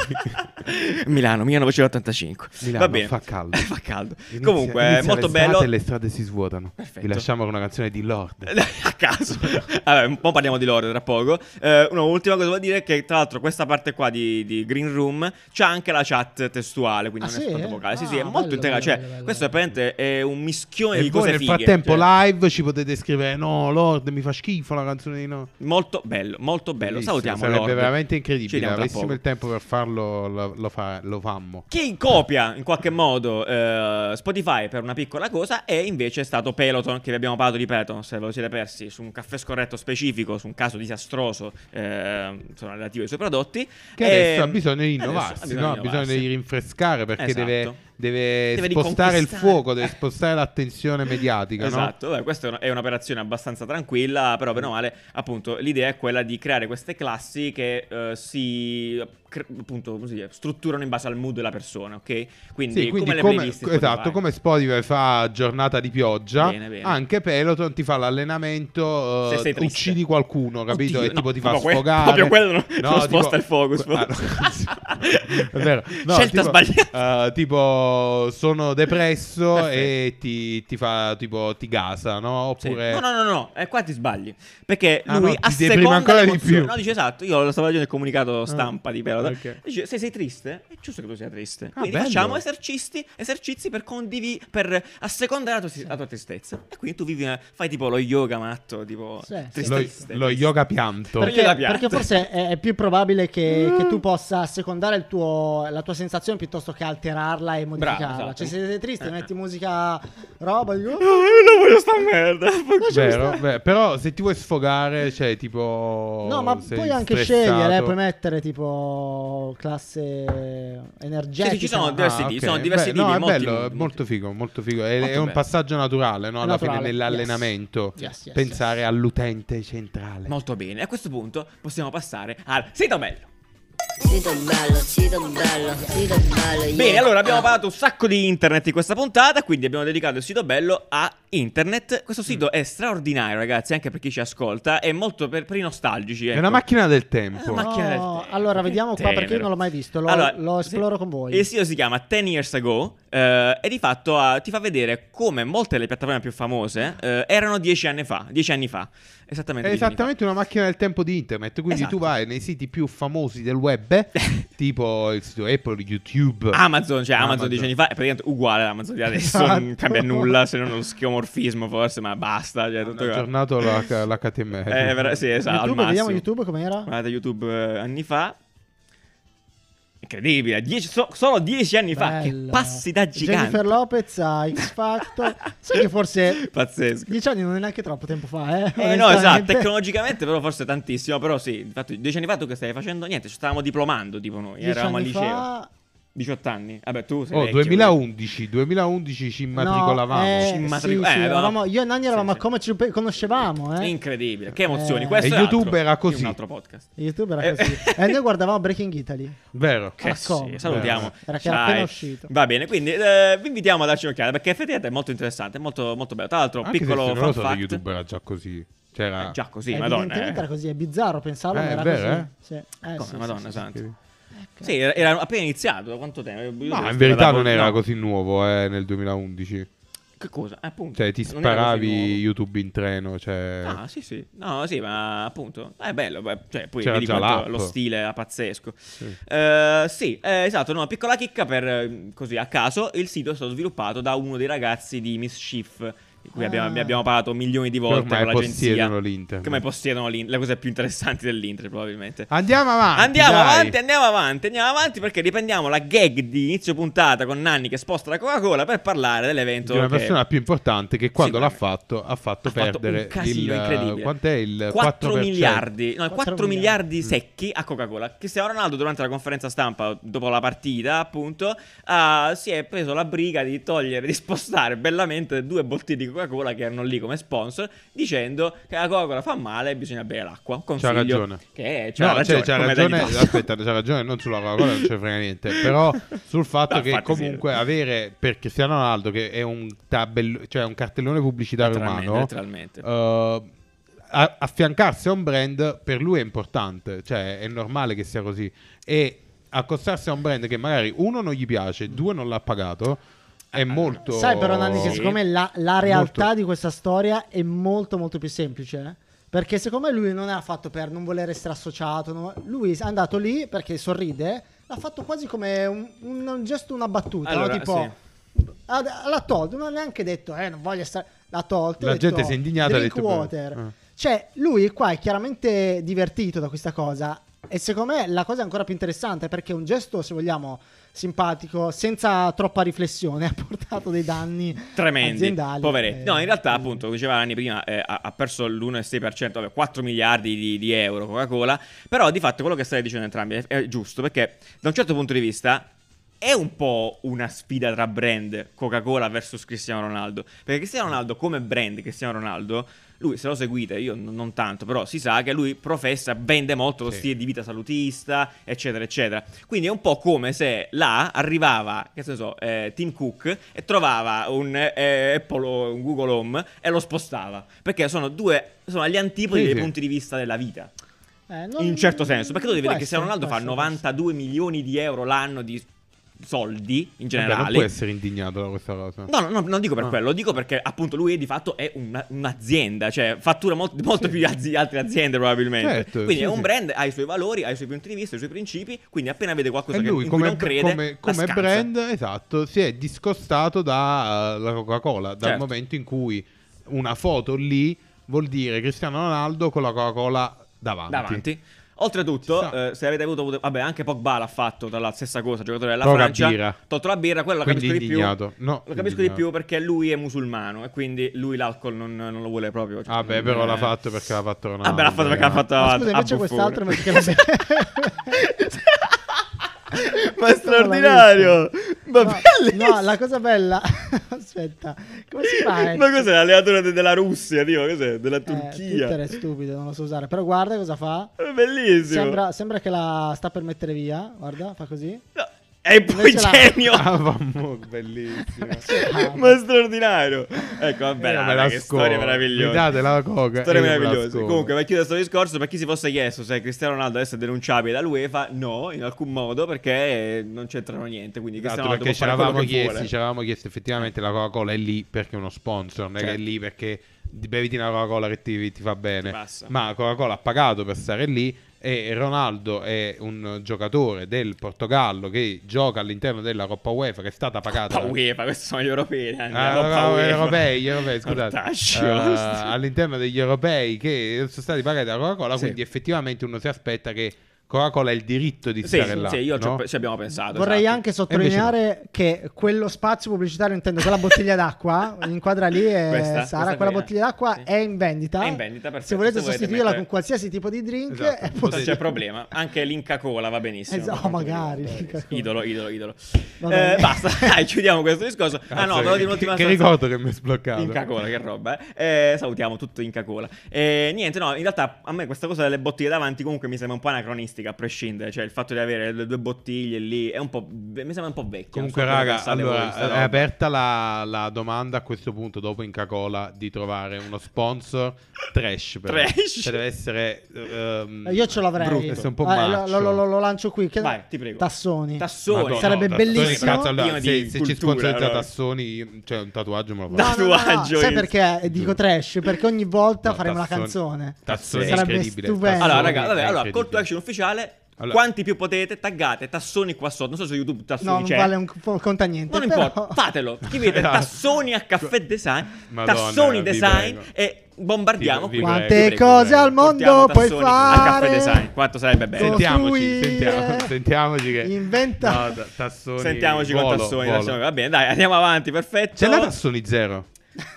Speaker 2: Milano, 1985.
Speaker 3: Milano,
Speaker 2: Va bene.
Speaker 3: fa caldo.
Speaker 2: Fa caldo.
Speaker 3: Inizia-
Speaker 2: Comunque,
Speaker 3: inizia
Speaker 2: molto
Speaker 3: l'estate
Speaker 2: bello.
Speaker 3: e le strade si svuotano.
Speaker 2: Perfetto. Eh,
Speaker 3: Vi lasciamo con una canzone di Lord.
Speaker 2: A caso, vabbè, un po' parliamo di loro tra poco. Eh, una ultima cosa da dire è che, tra l'altro, questa parte qua di, di Green Room c'ha anche la chat testuale, quindi
Speaker 1: Ah,
Speaker 2: non è
Speaker 1: sì?
Speaker 2: soltanto vocale. Sì,
Speaker 1: Ah,
Speaker 2: sì, è
Speaker 1: bello,
Speaker 2: molto integrale.
Speaker 1: bello,
Speaker 2: Cioè,
Speaker 1: bello, bello.
Speaker 2: questo apparentemente è un mischione
Speaker 3: E
Speaker 2: di
Speaker 3: voi
Speaker 2: cose
Speaker 3: nel
Speaker 2: fighe.
Speaker 3: frattempo
Speaker 2: cioè,
Speaker 3: live ci potete scrivere no Lord mi fa schifo la canzone di no.
Speaker 2: Molto bello, molto bello.
Speaker 3: Bellissimo,
Speaker 2: Salutiamo.
Speaker 3: Sarebbe
Speaker 2: Lord.
Speaker 3: veramente
Speaker 2: Ci
Speaker 3: incredibile.
Speaker 2: vediamo tra
Speaker 3: Avessimo
Speaker 2: poco.
Speaker 3: il tempo per farlo, lo, lo fa- lo fammo.
Speaker 2: Chi copia in qualche modo eh, Spotify per una piccola cosa è invece stato Peloton, che vi abbiamo parlato di Peloton, se ve lo siete persi, su un caffè scorretto specifico, su un caso disastroso eh, insomma, relativo ai suoi prodotti.
Speaker 3: Che
Speaker 2: E-
Speaker 3: adesso ha bisogno di
Speaker 2: Eh, adesso
Speaker 3: innovarsi, no? ha bisogno,
Speaker 2: di innovarsi.
Speaker 3: di rinfrescare perché
Speaker 2: Esatto.
Speaker 3: deve, deve
Speaker 2: Deve
Speaker 3: spostare il
Speaker 2: riconquistare.
Speaker 3: fuoco, deve spostare l'attenzione mediatica. no?
Speaker 2: Esatto, beh, questa è, una- è un'operazione abbastanza tranquilla, però bene o male, appunto, l'idea è quella di creare queste classi che eh, si cr- appunto, come si dice, strutturano in base al mood della persona, ok? Quindi,
Speaker 3: Sì, quindi
Speaker 2: come,
Speaker 3: come,
Speaker 2: le playlist di
Speaker 3: esatto,
Speaker 2: Spotify.
Speaker 3: come Spotify fa giornata di pioggia,
Speaker 2: Bene, bene.
Speaker 3: anche Peloton ti fa l'allenamento, eh,
Speaker 2: Se sei triste.
Speaker 3: uccidi qualcuno, capito?
Speaker 2: Oddio,
Speaker 3: e tipo
Speaker 2: no,
Speaker 3: ti fa
Speaker 2: proprio que-
Speaker 3: sfogare.
Speaker 2: proprio quello non- non
Speaker 3: tipo-
Speaker 2: sposta il focus,
Speaker 3: Ah, no, sì, è vero. No,
Speaker 2: Scelta
Speaker 3: tipo,
Speaker 2: sbagliata.
Speaker 3: eh, tipo sono depresso
Speaker 2: Perfetto.
Speaker 3: e ti, ti fa tipo ti gasa, no?
Speaker 2: Sì.
Speaker 3: Oppure
Speaker 2: No, no, no, no, eh, qua ti sbagli. Perché
Speaker 3: Ah,
Speaker 2: lui
Speaker 3: no, ti
Speaker 2: a
Speaker 3: deprime
Speaker 2: seconda
Speaker 3: ancora di
Speaker 2: dell'emozione-
Speaker 3: più. Ah,
Speaker 2: No, dice esatto, io lo stavo leggendo il comunicato stampa di Peloton.
Speaker 3: ok.
Speaker 2: Dice, se sei triste, è giusto che tu sia triste.
Speaker 3: Ah,
Speaker 2: quindi
Speaker 3: bello.
Speaker 2: facciamo esercizi, esercizi per condivi, per assecondare la tua, la tua tristezza. E quindi tu vivi, una- fai tipo lo yoga matto, tipo
Speaker 1: Sì, sì.
Speaker 2: triste,
Speaker 3: lo,
Speaker 2: triste.
Speaker 3: lo yoga pianto.
Speaker 2: Perché la
Speaker 1: Perché,
Speaker 2: pianta.
Speaker 1: perché forse è, è più probabile che,
Speaker 2: Mm.
Speaker 1: che tu possa secondare il tuo- la tua sensazione piuttosto che alterarla e modificarla.
Speaker 2: esatto.
Speaker 1: Cioè, se sei triste,
Speaker 2: Eh.
Speaker 1: metti musica roba. dico,
Speaker 2: Ah, io non voglio sta merda.
Speaker 3: Vero, beh, però se ti vuoi sfogare, cioè tipo...
Speaker 1: No, ma
Speaker 3: sei
Speaker 1: puoi anche
Speaker 3: stressato-
Speaker 1: scegliere, eh, puoi mettere tipo classe energetica.
Speaker 2: ci sono
Speaker 1: Ah,
Speaker 2: diversi
Speaker 3: Ah,
Speaker 2: tipi,
Speaker 3: ok.
Speaker 2: sono diversi
Speaker 3: Beh,
Speaker 2: tipi,
Speaker 3: No, è
Speaker 2: molti
Speaker 3: bello,
Speaker 2: modi,
Speaker 3: è molto
Speaker 2: molti.
Speaker 3: figo, molto figo. È,
Speaker 2: Molto
Speaker 3: è un
Speaker 2: bello.
Speaker 3: passaggio naturale, no? Alla
Speaker 1: naturale,
Speaker 3: fine
Speaker 1: yes.
Speaker 3: nell'allenamento.
Speaker 1: Yes, yes,
Speaker 3: pensare
Speaker 1: yes.
Speaker 3: all'utente centrale.
Speaker 2: Molto bene, a questo punto possiamo passare al sito bello.
Speaker 5: Sito bello, sito bello, sito bello. yeah.
Speaker 2: Bene, allora abbiamo
Speaker 5: Ah.
Speaker 2: parlato un sacco di internet in questa puntata, quindi abbiamo dedicato il sito bello a internet. Questo sito
Speaker 3: Mm.
Speaker 2: è straordinario, ragazzi, anche per chi ci ascolta, è molto per, per i nostalgici.
Speaker 3: è
Speaker 2: ecco.
Speaker 3: una macchina del
Speaker 2: È
Speaker 3: tempo.
Speaker 2: una macchina del
Speaker 1: No,
Speaker 2: tempo,
Speaker 1: allora,
Speaker 2: che
Speaker 1: vediamo qua, perché io
Speaker 2: tenero.
Speaker 1: non l'ho mai visto, lo- lo esploro con voi.
Speaker 2: Il sito si chiama 10 Years Ago eh, e di fatto ah, ti fa vedere come molte delle piattaforme più famose eh, erano dieci anni fa. Dieci anni fa,
Speaker 3: È
Speaker 2: esattamente. dieci anni fa.
Speaker 3: esattamente una macchina del tempo di internet. Quindi
Speaker 2: Esatto.
Speaker 3: tu vai nei siti più famosi del web, tipo il sito Apple, YouTube.
Speaker 2: Amazon, cioè Amazon,
Speaker 3: Amazon.
Speaker 2: dieci anni fa è praticamente uguale all'Amazon di adesso, non
Speaker 1: Esatto.
Speaker 2: cambia nulla se non lo schiomorfismo forse, ma basta. Cioè, tutto
Speaker 3: Hanno aggiornato la- l'HTML.
Speaker 2: Eh, vera- sì, esatto. al
Speaker 1: YouTube, vediamo
Speaker 2: massimo.
Speaker 1: YouTube com'era.
Speaker 2: Guardate YouTube eh, anni fa. Incredibile, dieci- so- solo dieci anni fa. Che
Speaker 1: Bello.
Speaker 2: passi da gigante.
Speaker 1: Jennifer Lopez a X Factor. Sai che forse
Speaker 2: Pazzesco.
Speaker 1: 10 anni non è neanche troppo tempo fa, eh?
Speaker 2: Eh no, esatto,
Speaker 1: onestamente.
Speaker 2: tecnologicamente però forse tantissimo, però sì, infatti dieci anni fa tu che stavi facendo? Niente, ci stavamo diplomando tipo noi,
Speaker 1: Dieci
Speaker 2: eravamo al
Speaker 1: anni
Speaker 2: liceo.
Speaker 1: fa-
Speaker 2: 18 anni? Vabbè tu sei
Speaker 3: Oh,
Speaker 2: vecchio,
Speaker 3: 2011, 2011 ci immatricolavamo.
Speaker 1: No, eh,
Speaker 2: Ci immatrico-
Speaker 1: sì,
Speaker 2: eh,
Speaker 1: sì,
Speaker 2: no.
Speaker 1: eravamo- io e Nanni eravamo
Speaker 2: Sì, sì.
Speaker 1: a come ci pe- conoscevamo,
Speaker 2: quindi.
Speaker 1: eh?
Speaker 2: Incredibile, che emozioni.
Speaker 1: Eh.
Speaker 2: Questo
Speaker 3: E
Speaker 2: è
Speaker 3: YouTube
Speaker 2: altro.
Speaker 3: era così.
Speaker 2: È un altro podcast.
Speaker 1: YouTube era così.
Speaker 2: Eh,
Speaker 1: e noi guardavamo Breaking Italy.
Speaker 3: Vero.
Speaker 2: Che
Speaker 1: Ah,
Speaker 2: sì,
Speaker 1: come?
Speaker 2: salutiamo.
Speaker 1: Era che era appena
Speaker 2: Dai.
Speaker 1: uscito.
Speaker 2: Va bene, quindi eh, vi invitiamo a darci un'occhiata perché effettivamente è molto interessante, è molto, molto bello. Tra l'altro,
Speaker 3: Anche se
Speaker 2: piccolo
Speaker 3: se non lo
Speaker 2: fun
Speaker 3: so,
Speaker 2: fact.
Speaker 3: YouTube Ah. era già così. C'era...
Speaker 2: Eh, già così, madonna.
Speaker 1: Evidentemente
Speaker 2: eh.
Speaker 1: era così, è bizzarro pensarlo,
Speaker 3: Eh,
Speaker 1: ma
Speaker 3: è
Speaker 1: era così.
Speaker 3: vero, eh?
Speaker 1: Sì. Eh,
Speaker 2: Come,
Speaker 1: sì, sì,
Speaker 2: madonna
Speaker 1: sì, sì.
Speaker 2: santa. Sì, era, era appena iniziato, da quanto tempo? Io
Speaker 3: No,
Speaker 2: devo
Speaker 3: in
Speaker 2: guardare
Speaker 3: verità non
Speaker 2: poi-
Speaker 3: era
Speaker 2: no.
Speaker 3: così nuovo eh, nel 2011.
Speaker 2: Che cosa? Eh, appunto.
Speaker 3: Cioè, ti
Speaker 2: non era così
Speaker 3: sparavi
Speaker 2: nuovo.
Speaker 3: YouTube in treno. Cioè...
Speaker 2: Ah, sì, sì. No, sì, ma appunto. È bello. beh, Cioè, poi
Speaker 3: C'era
Speaker 2: vedi
Speaker 3: già
Speaker 2: quanto
Speaker 3: l'app.
Speaker 2: lo stile è pazzesco. Eh, Sì, eh, esatto. No, piccola chicca per eh, così a caso. Il sito è stato sviluppato da uno dei ragazzi di Mischief. Di cui abbiamo,
Speaker 1: Ah.
Speaker 2: ne abbiamo parlato milioni di
Speaker 3: che
Speaker 2: volte
Speaker 3: ormai
Speaker 2: con l'agenzia.
Speaker 3: possiedono l'internet.
Speaker 2: Come possiedono l'in- le cose più interessanti dell'Inter, probabilmente.
Speaker 3: Andiamo avanti.
Speaker 2: Andiamo
Speaker 3: dai.
Speaker 2: avanti, andiamo avanti, andiamo avanti perché riprendiamo la gag di inizio puntata con Nanni che sposta la Coca-Cola per parlare dell'evento
Speaker 3: Di una
Speaker 2: che-
Speaker 3: persona più importante che quando l'ha
Speaker 2: Sicuramente.
Speaker 3: fatto ha fatto
Speaker 2: ha fatto
Speaker 3: perdere
Speaker 2: un casino
Speaker 3: il
Speaker 2: incredibile.
Speaker 3: quant'è il
Speaker 2: 4
Speaker 3: 4%?
Speaker 2: miliardi, no, 4,
Speaker 1: 4
Speaker 3: Mm.
Speaker 2: miliardi secchi a Coca-Cola. Cristiano Ronaldo durante la conferenza stampa dopo la partita, appunto, ah, si è preso la briga di togliere di spostare bellamente due bottiglie di Coca-Cola che erano lì come sponsor dicendo che la Coca-Cola fa male e bisogna bere l'acqua. Un
Speaker 3: C'ha
Speaker 2: consiglio
Speaker 3: ragione.
Speaker 2: Che è, c'ha
Speaker 3: No,
Speaker 2: ragione.
Speaker 3: cioè, c'ha
Speaker 2: come
Speaker 3: ragione,
Speaker 2: Danny Thompson.
Speaker 3: aspetta, c'ha ragione, non sulla Coca-Cola non ci frega niente, però sul fatto
Speaker 2: No,
Speaker 3: che
Speaker 2: infatti sì.
Speaker 3: comunque avere per Cristiano Ronaldo che è un tabello, cioè un cartellone pubblicitario
Speaker 2: Letteralmente,
Speaker 3: umano,
Speaker 2: letteralmente.
Speaker 3: eh, a- affiancarsi a un brand per lui è importante, cioè è normale che sia così e accostarsi a un brand che magari uno non gli piace, due non l'ha pagato è molto
Speaker 1: Eh,
Speaker 3: Eh
Speaker 1: Sai però Nanni che
Speaker 2: Sì.
Speaker 1: secondo me la, la realtà
Speaker 3: Molto.
Speaker 1: di questa storia è molto molto più semplice. eh? Perché secondo me lui non ha fatto per non voler essere associato. no? Lui è andato lì perché sorride, l'ha fatto quasi come un, un- un gesto, una battuta. no?
Speaker 2: Allora,
Speaker 1: Tipo, ad- Ah, l'ha tolto, non ha neanche detto, eh, non voglio stare. L'ha tolto.
Speaker 3: La
Speaker 1: ha detto,
Speaker 3: gente si è indignata e ha
Speaker 1: Drink
Speaker 3: detto,
Speaker 1: water.
Speaker 3: "Ah."
Speaker 1: Cioè, lui qua è chiaramente divertito da questa cosa. E secondo me la cosa è ancora più interessante perché è un gesto, se vogliamo, simpatico, senza troppa riflessione, ha portato dei danni
Speaker 2: Tremendi,
Speaker 1: aziendali.
Speaker 2: poveretti.
Speaker 1: Eh,
Speaker 2: No, in realtà,
Speaker 1: eh,
Speaker 2: appunto, diceva Anni prima, eh, ha, ha perso l'1,6%, vabbè, 4 miliardi di, di euro Coca-Cola. Però, di fatto, quello che stai dicendo entrambi è, è giusto, perché da un certo punto di vista. È un po' una sfida tra brand Coca-Cola versus Cristiano Ronaldo. Perché Cristiano Ronaldo, come brand Cristiano Ronaldo, lui se lo seguite, io n- non tanto, però si sa che lui professa, vende molto lo
Speaker 3: Sì.
Speaker 2: stile di vita salutista, eccetera, eccetera. Quindi è un po' come se là arrivava, che ne so, eh, Tim Cook e trovava un eh, Apple o un Google Home e lo spostava. Perché sono due, sono agli antipodi
Speaker 3: Sì,
Speaker 2: dei
Speaker 3: sì.
Speaker 2: punti di vista della vita.
Speaker 1: eh, non-
Speaker 2: In un certo senso, perché tu devi
Speaker 1: può
Speaker 2: vedere che se
Speaker 1: essere,
Speaker 2: Ronaldo
Speaker 1: può
Speaker 2: fa
Speaker 1: essere,
Speaker 2: 92 milioni di euro l'anno di soldi in
Speaker 3: Vabbè, non
Speaker 2: generale.
Speaker 3: può essere indignato da questa cosa.
Speaker 2: No, no, no, non dico per
Speaker 3: Ah.
Speaker 2: quello, dico perché appunto lui di fatto è una- un'azienda, cioè fattura molto, molto più di azi- altre aziende probabilmente.
Speaker 3: Certo,
Speaker 2: quindi
Speaker 3: sì,
Speaker 2: è un
Speaker 3: sì.
Speaker 2: brand, ha i suoi valori, ha i suoi punti di vista, i suoi principi, quindi appena vede qualcosa
Speaker 3: E
Speaker 2: che,
Speaker 3: lui
Speaker 2: in
Speaker 3: come,
Speaker 2: cui non crede,
Speaker 3: come-
Speaker 2: la
Speaker 3: come
Speaker 2: scansa.
Speaker 3: brand, esatto, si è discostato dalla Coca-Cola dal
Speaker 2: Certo.
Speaker 3: momento in cui una foto lì vuol dire Cristiano Ronaldo con la Coca-Cola davanti.
Speaker 2: davanti.
Speaker 3: Ci sta.
Speaker 2: Oltretutto, eh, se avete avuto, avuto- vabbè, anche Pogba l'ha fatto tra la stessa cosa, giocatore della
Speaker 3: Poca
Speaker 2: Francia,
Speaker 3: birra.
Speaker 2: tolto la birra, quello lo
Speaker 3: Quindi
Speaker 2: capisco di più.
Speaker 3: indignato. No,
Speaker 2: lo capisco di
Speaker 3: indignato.
Speaker 2: più perché lui è musulmano e quindi lui l'alcol non, non lo vuole proprio. cioè, non-
Speaker 3: Vabbè, Ah, però l'ha
Speaker 2: eh.
Speaker 3: fatto perché l'ha fatto Ronaldo.
Speaker 2: Vabbè, l'ha fatto perché l'ha fatto
Speaker 1: Ma
Speaker 2: a-
Speaker 1: scusa,
Speaker 2: a
Speaker 1: invece
Speaker 2: buffone.
Speaker 1: quest'altro mi chiama
Speaker 2: Ma è straordinario! Ma
Speaker 1: no,
Speaker 2: bellissimo!
Speaker 1: no, la cosa bella. Aspetta, come si fa? eh?
Speaker 2: Ma cos'è l'alleatore de- della Russia? Tipo, cos'è? Della
Speaker 1: Eh,
Speaker 2: Turchia?
Speaker 1: Twitter è stupido, non lo so usare. Però guarda cosa fa.
Speaker 2: È bellissimo!
Speaker 1: Sembra, sembra che la sta per mettere via. Guarda, fa così.
Speaker 2: No, è poi
Speaker 1: Invece la-
Speaker 2: genio!
Speaker 3: Ah, mamma, bellissimo.
Speaker 1: Ah.
Speaker 2: Ma è straordinario! Ecco, vabbè,
Speaker 3: Io me
Speaker 2: raga,
Speaker 3: la
Speaker 2: che
Speaker 3: scordo.
Speaker 2: storia
Speaker 3: Mi
Speaker 2: meravigliosa.
Speaker 3: date la coca.
Speaker 2: Storia
Speaker 3: e io me la
Speaker 2: meravigliosa.
Speaker 3: scordo.
Speaker 2: Comunque, per chiudere questo discorso, per chi si fosse chiesto se Cristiano Ronaldo adesso è denunciabile dall'UEFA, no, in alcun modo, perché eh, non c'entrano niente. Quindi,
Speaker 3: Esatto,
Speaker 2: Cristiano
Speaker 3: perché ci
Speaker 2: Ronaldo può
Speaker 3: eravamo
Speaker 2: fare quello che vuole.
Speaker 3: chiesti, ci eravamo chiesti effettivamente la Coca-Cola è lì perché è uno sponsor, non è che è
Speaker 2: Certo.
Speaker 3: lì perché di- beviti una Coca-Cola che ti, ti fa
Speaker 2: Ti
Speaker 3: bene.
Speaker 2: passa.
Speaker 3: Ma Coca-Cola ha pagato per stare lì e Ronaldo è un giocatore del Portogallo che gioca all'interno della Coppa UEFA che è stata pagata
Speaker 2: Coppa UEFA, questi sono gli europei. Anni,
Speaker 3: Ah,
Speaker 2: la Coppa
Speaker 3: no,
Speaker 2: UEFA.
Speaker 3: europei, gli europei, scusate.
Speaker 2: Mortacci,
Speaker 3: Eh,
Speaker 2: basta.
Speaker 3: all'interno degli europei che sono stati pagati da Coca-Cola,
Speaker 2: Sì.
Speaker 3: quindi effettivamente uno si aspetta che Coca-Cola ha il diritto di
Speaker 2: Sì,
Speaker 3: stare là.
Speaker 2: sì, io ci ho-
Speaker 3: no?
Speaker 2: ci abbiamo pensato.
Speaker 1: Vorrei
Speaker 2: esatto.
Speaker 1: anche sottolineare che quello spazio pubblicitario, intendo quella bottiglia d'acqua, inquadra lì e
Speaker 2: Questa?
Speaker 1: Sara,
Speaker 2: Questa è
Speaker 1: quella
Speaker 2: carina.
Speaker 1: bottiglia d'acqua
Speaker 2: Sì.
Speaker 1: è in vendita.
Speaker 2: È in vendita, perfetto.
Speaker 1: Se volete
Speaker 2: Se volete
Speaker 1: sostituirla
Speaker 2: mettere- Cioè,
Speaker 1: con qualsiasi tipo di drink,
Speaker 3: Esatto.
Speaker 1: è
Speaker 2: Non
Speaker 1: possibile.
Speaker 2: c'è problema. Anche l'Inca Cola va benissimo.
Speaker 1: Esatto,
Speaker 2: Per quanto
Speaker 1: magari,
Speaker 2: mi riguarda.
Speaker 1: l'Inca Kola.
Speaker 2: Idolo, idolo, idolo.
Speaker 1: Va bene.
Speaker 2: Eh, basta, dai, chiudiamo questo discorso. ah, no,
Speaker 3: Cazzo,
Speaker 2: però
Speaker 3: che-
Speaker 2: di un'ultima
Speaker 3: che,
Speaker 2: stanza-
Speaker 3: ricordo che mi è sbloccato.
Speaker 2: Inca Cola, che roba. eh. Eh, salutiamo tutto Inca Cola. Eh, niente, no, in realtà a me questa cosa delle bottiglie davanti comunque mi sembra un po' anacronistica a prescindere. Cioè il fatto di avere le due bottiglie lì è un po'... mi sembra un po' vecchio.
Speaker 3: Comunque,
Speaker 2: non so come
Speaker 3: raga,
Speaker 2: pensate voi
Speaker 3: allora, eh,
Speaker 2: questa
Speaker 3: è
Speaker 2: roba.
Speaker 3: aperta la, la domanda a questo punto, dopo Inca Cola, di trovare uno sponsor trash. però.
Speaker 2: Trash?
Speaker 3: Cioè, deve essere... ehm,
Speaker 1: Eh, Io ce l'avrei.
Speaker 3: brutto, questo è un po'
Speaker 1: Eh, lo,
Speaker 3: macho.
Speaker 1: lo- lo- lo lancio qui. Che-
Speaker 2: Vai, ti prego.
Speaker 1: Tassoni.
Speaker 2: Tassoni.
Speaker 3: Madonna,
Speaker 1: Sarebbe
Speaker 3: no,
Speaker 1: bellissimo.
Speaker 3: Tassoni, cazzo, allora,
Speaker 2: Pieno
Speaker 3: se,
Speaker 2: di
Speaker 3: se ci
Speaker 2: cultura,
Speaker 3: sponsorizza
Speaker 2: allora.
Speaker 3: Tassoni, io- cioè un tatuaggio me lo
Speaker 1: No,
Speaker 3: faccio.
Speaker 1: no, no, no,
Speaker 2: Tatuaggio
Speaker 1: Sai
Speaker 2: in-
Speaker 1: perché dico trash? Perché ogni volta
Speaker 3: No,
Speaker 1: faremo la
Speaker 3: Tassoni-
Speaker 1: canzone.
Speaker 3: Tassoni è
Speaker 1: Sarebbe
Speaker 3: incredibile.
Speaker 1: stupendo.
Speaker 3: Tassoni
Speaker 2: Allora,
Speaker 1: Tassoni
Speaker 2: raga,
Speaker 3: è
Speaker 2: vabbè, allora, call to
Speaker 3: incredibile.
Speaker 2: action ufficiale.
Speaker 3: Allora-
Speaker 2: Quanti più potete, taggate tassoni qua sotto. Non so se YouTube tassoni
Speaker 1: No, non
Speaker 2: c'è.
Speaker 1: vale un conta niente.
Speaker 2: Non
Speaker 1: però-
Speaker 2: importa, fatelo. Scrivete
Speaker 3: Raga.
Speaker 2: tassoni a caffè design,
Speaker 3: Esatto. Madonna,
Speaker 2: tassoni
Speaker 3: vi
Speaker 2: design
Speaker 3: prego.
Speaker 2: e bombardiamo
Speaker 3: Vi-
Speaker 2: qui.
Speaker 3: vi
Speaker 1: Quante
Speaker 3: prego,
Speaker 2: Vi prego,
Speaker 1: cose
Speaker 2: vi prego.
Speaker 1: al mondo
Speaker 2: Portiamo
Speaker 1: puoi
Speaker 2: tassoni A
Speaker 1: fare.
Speaker 2: caffè design, quanto sarebbe bello.
Speaker 1: Senti-
Speaker 3: Sentiamoci,
Speaker 1: Costruire.
Speaker 3: sentiamo- sentiamoci che...
Speaker 1: Inventa-
Speaker 3: No, ta- tassoni,
Speaker 2: Sentiamoci
Speaker 3: volo,
Speaker 2: con tassoni,
Speaker 3: volo.
Speaker 2: tassoni. Va bene, dai, andiamo avanti, perfetto.
Speaker 3: C'è la Tassoni Zero?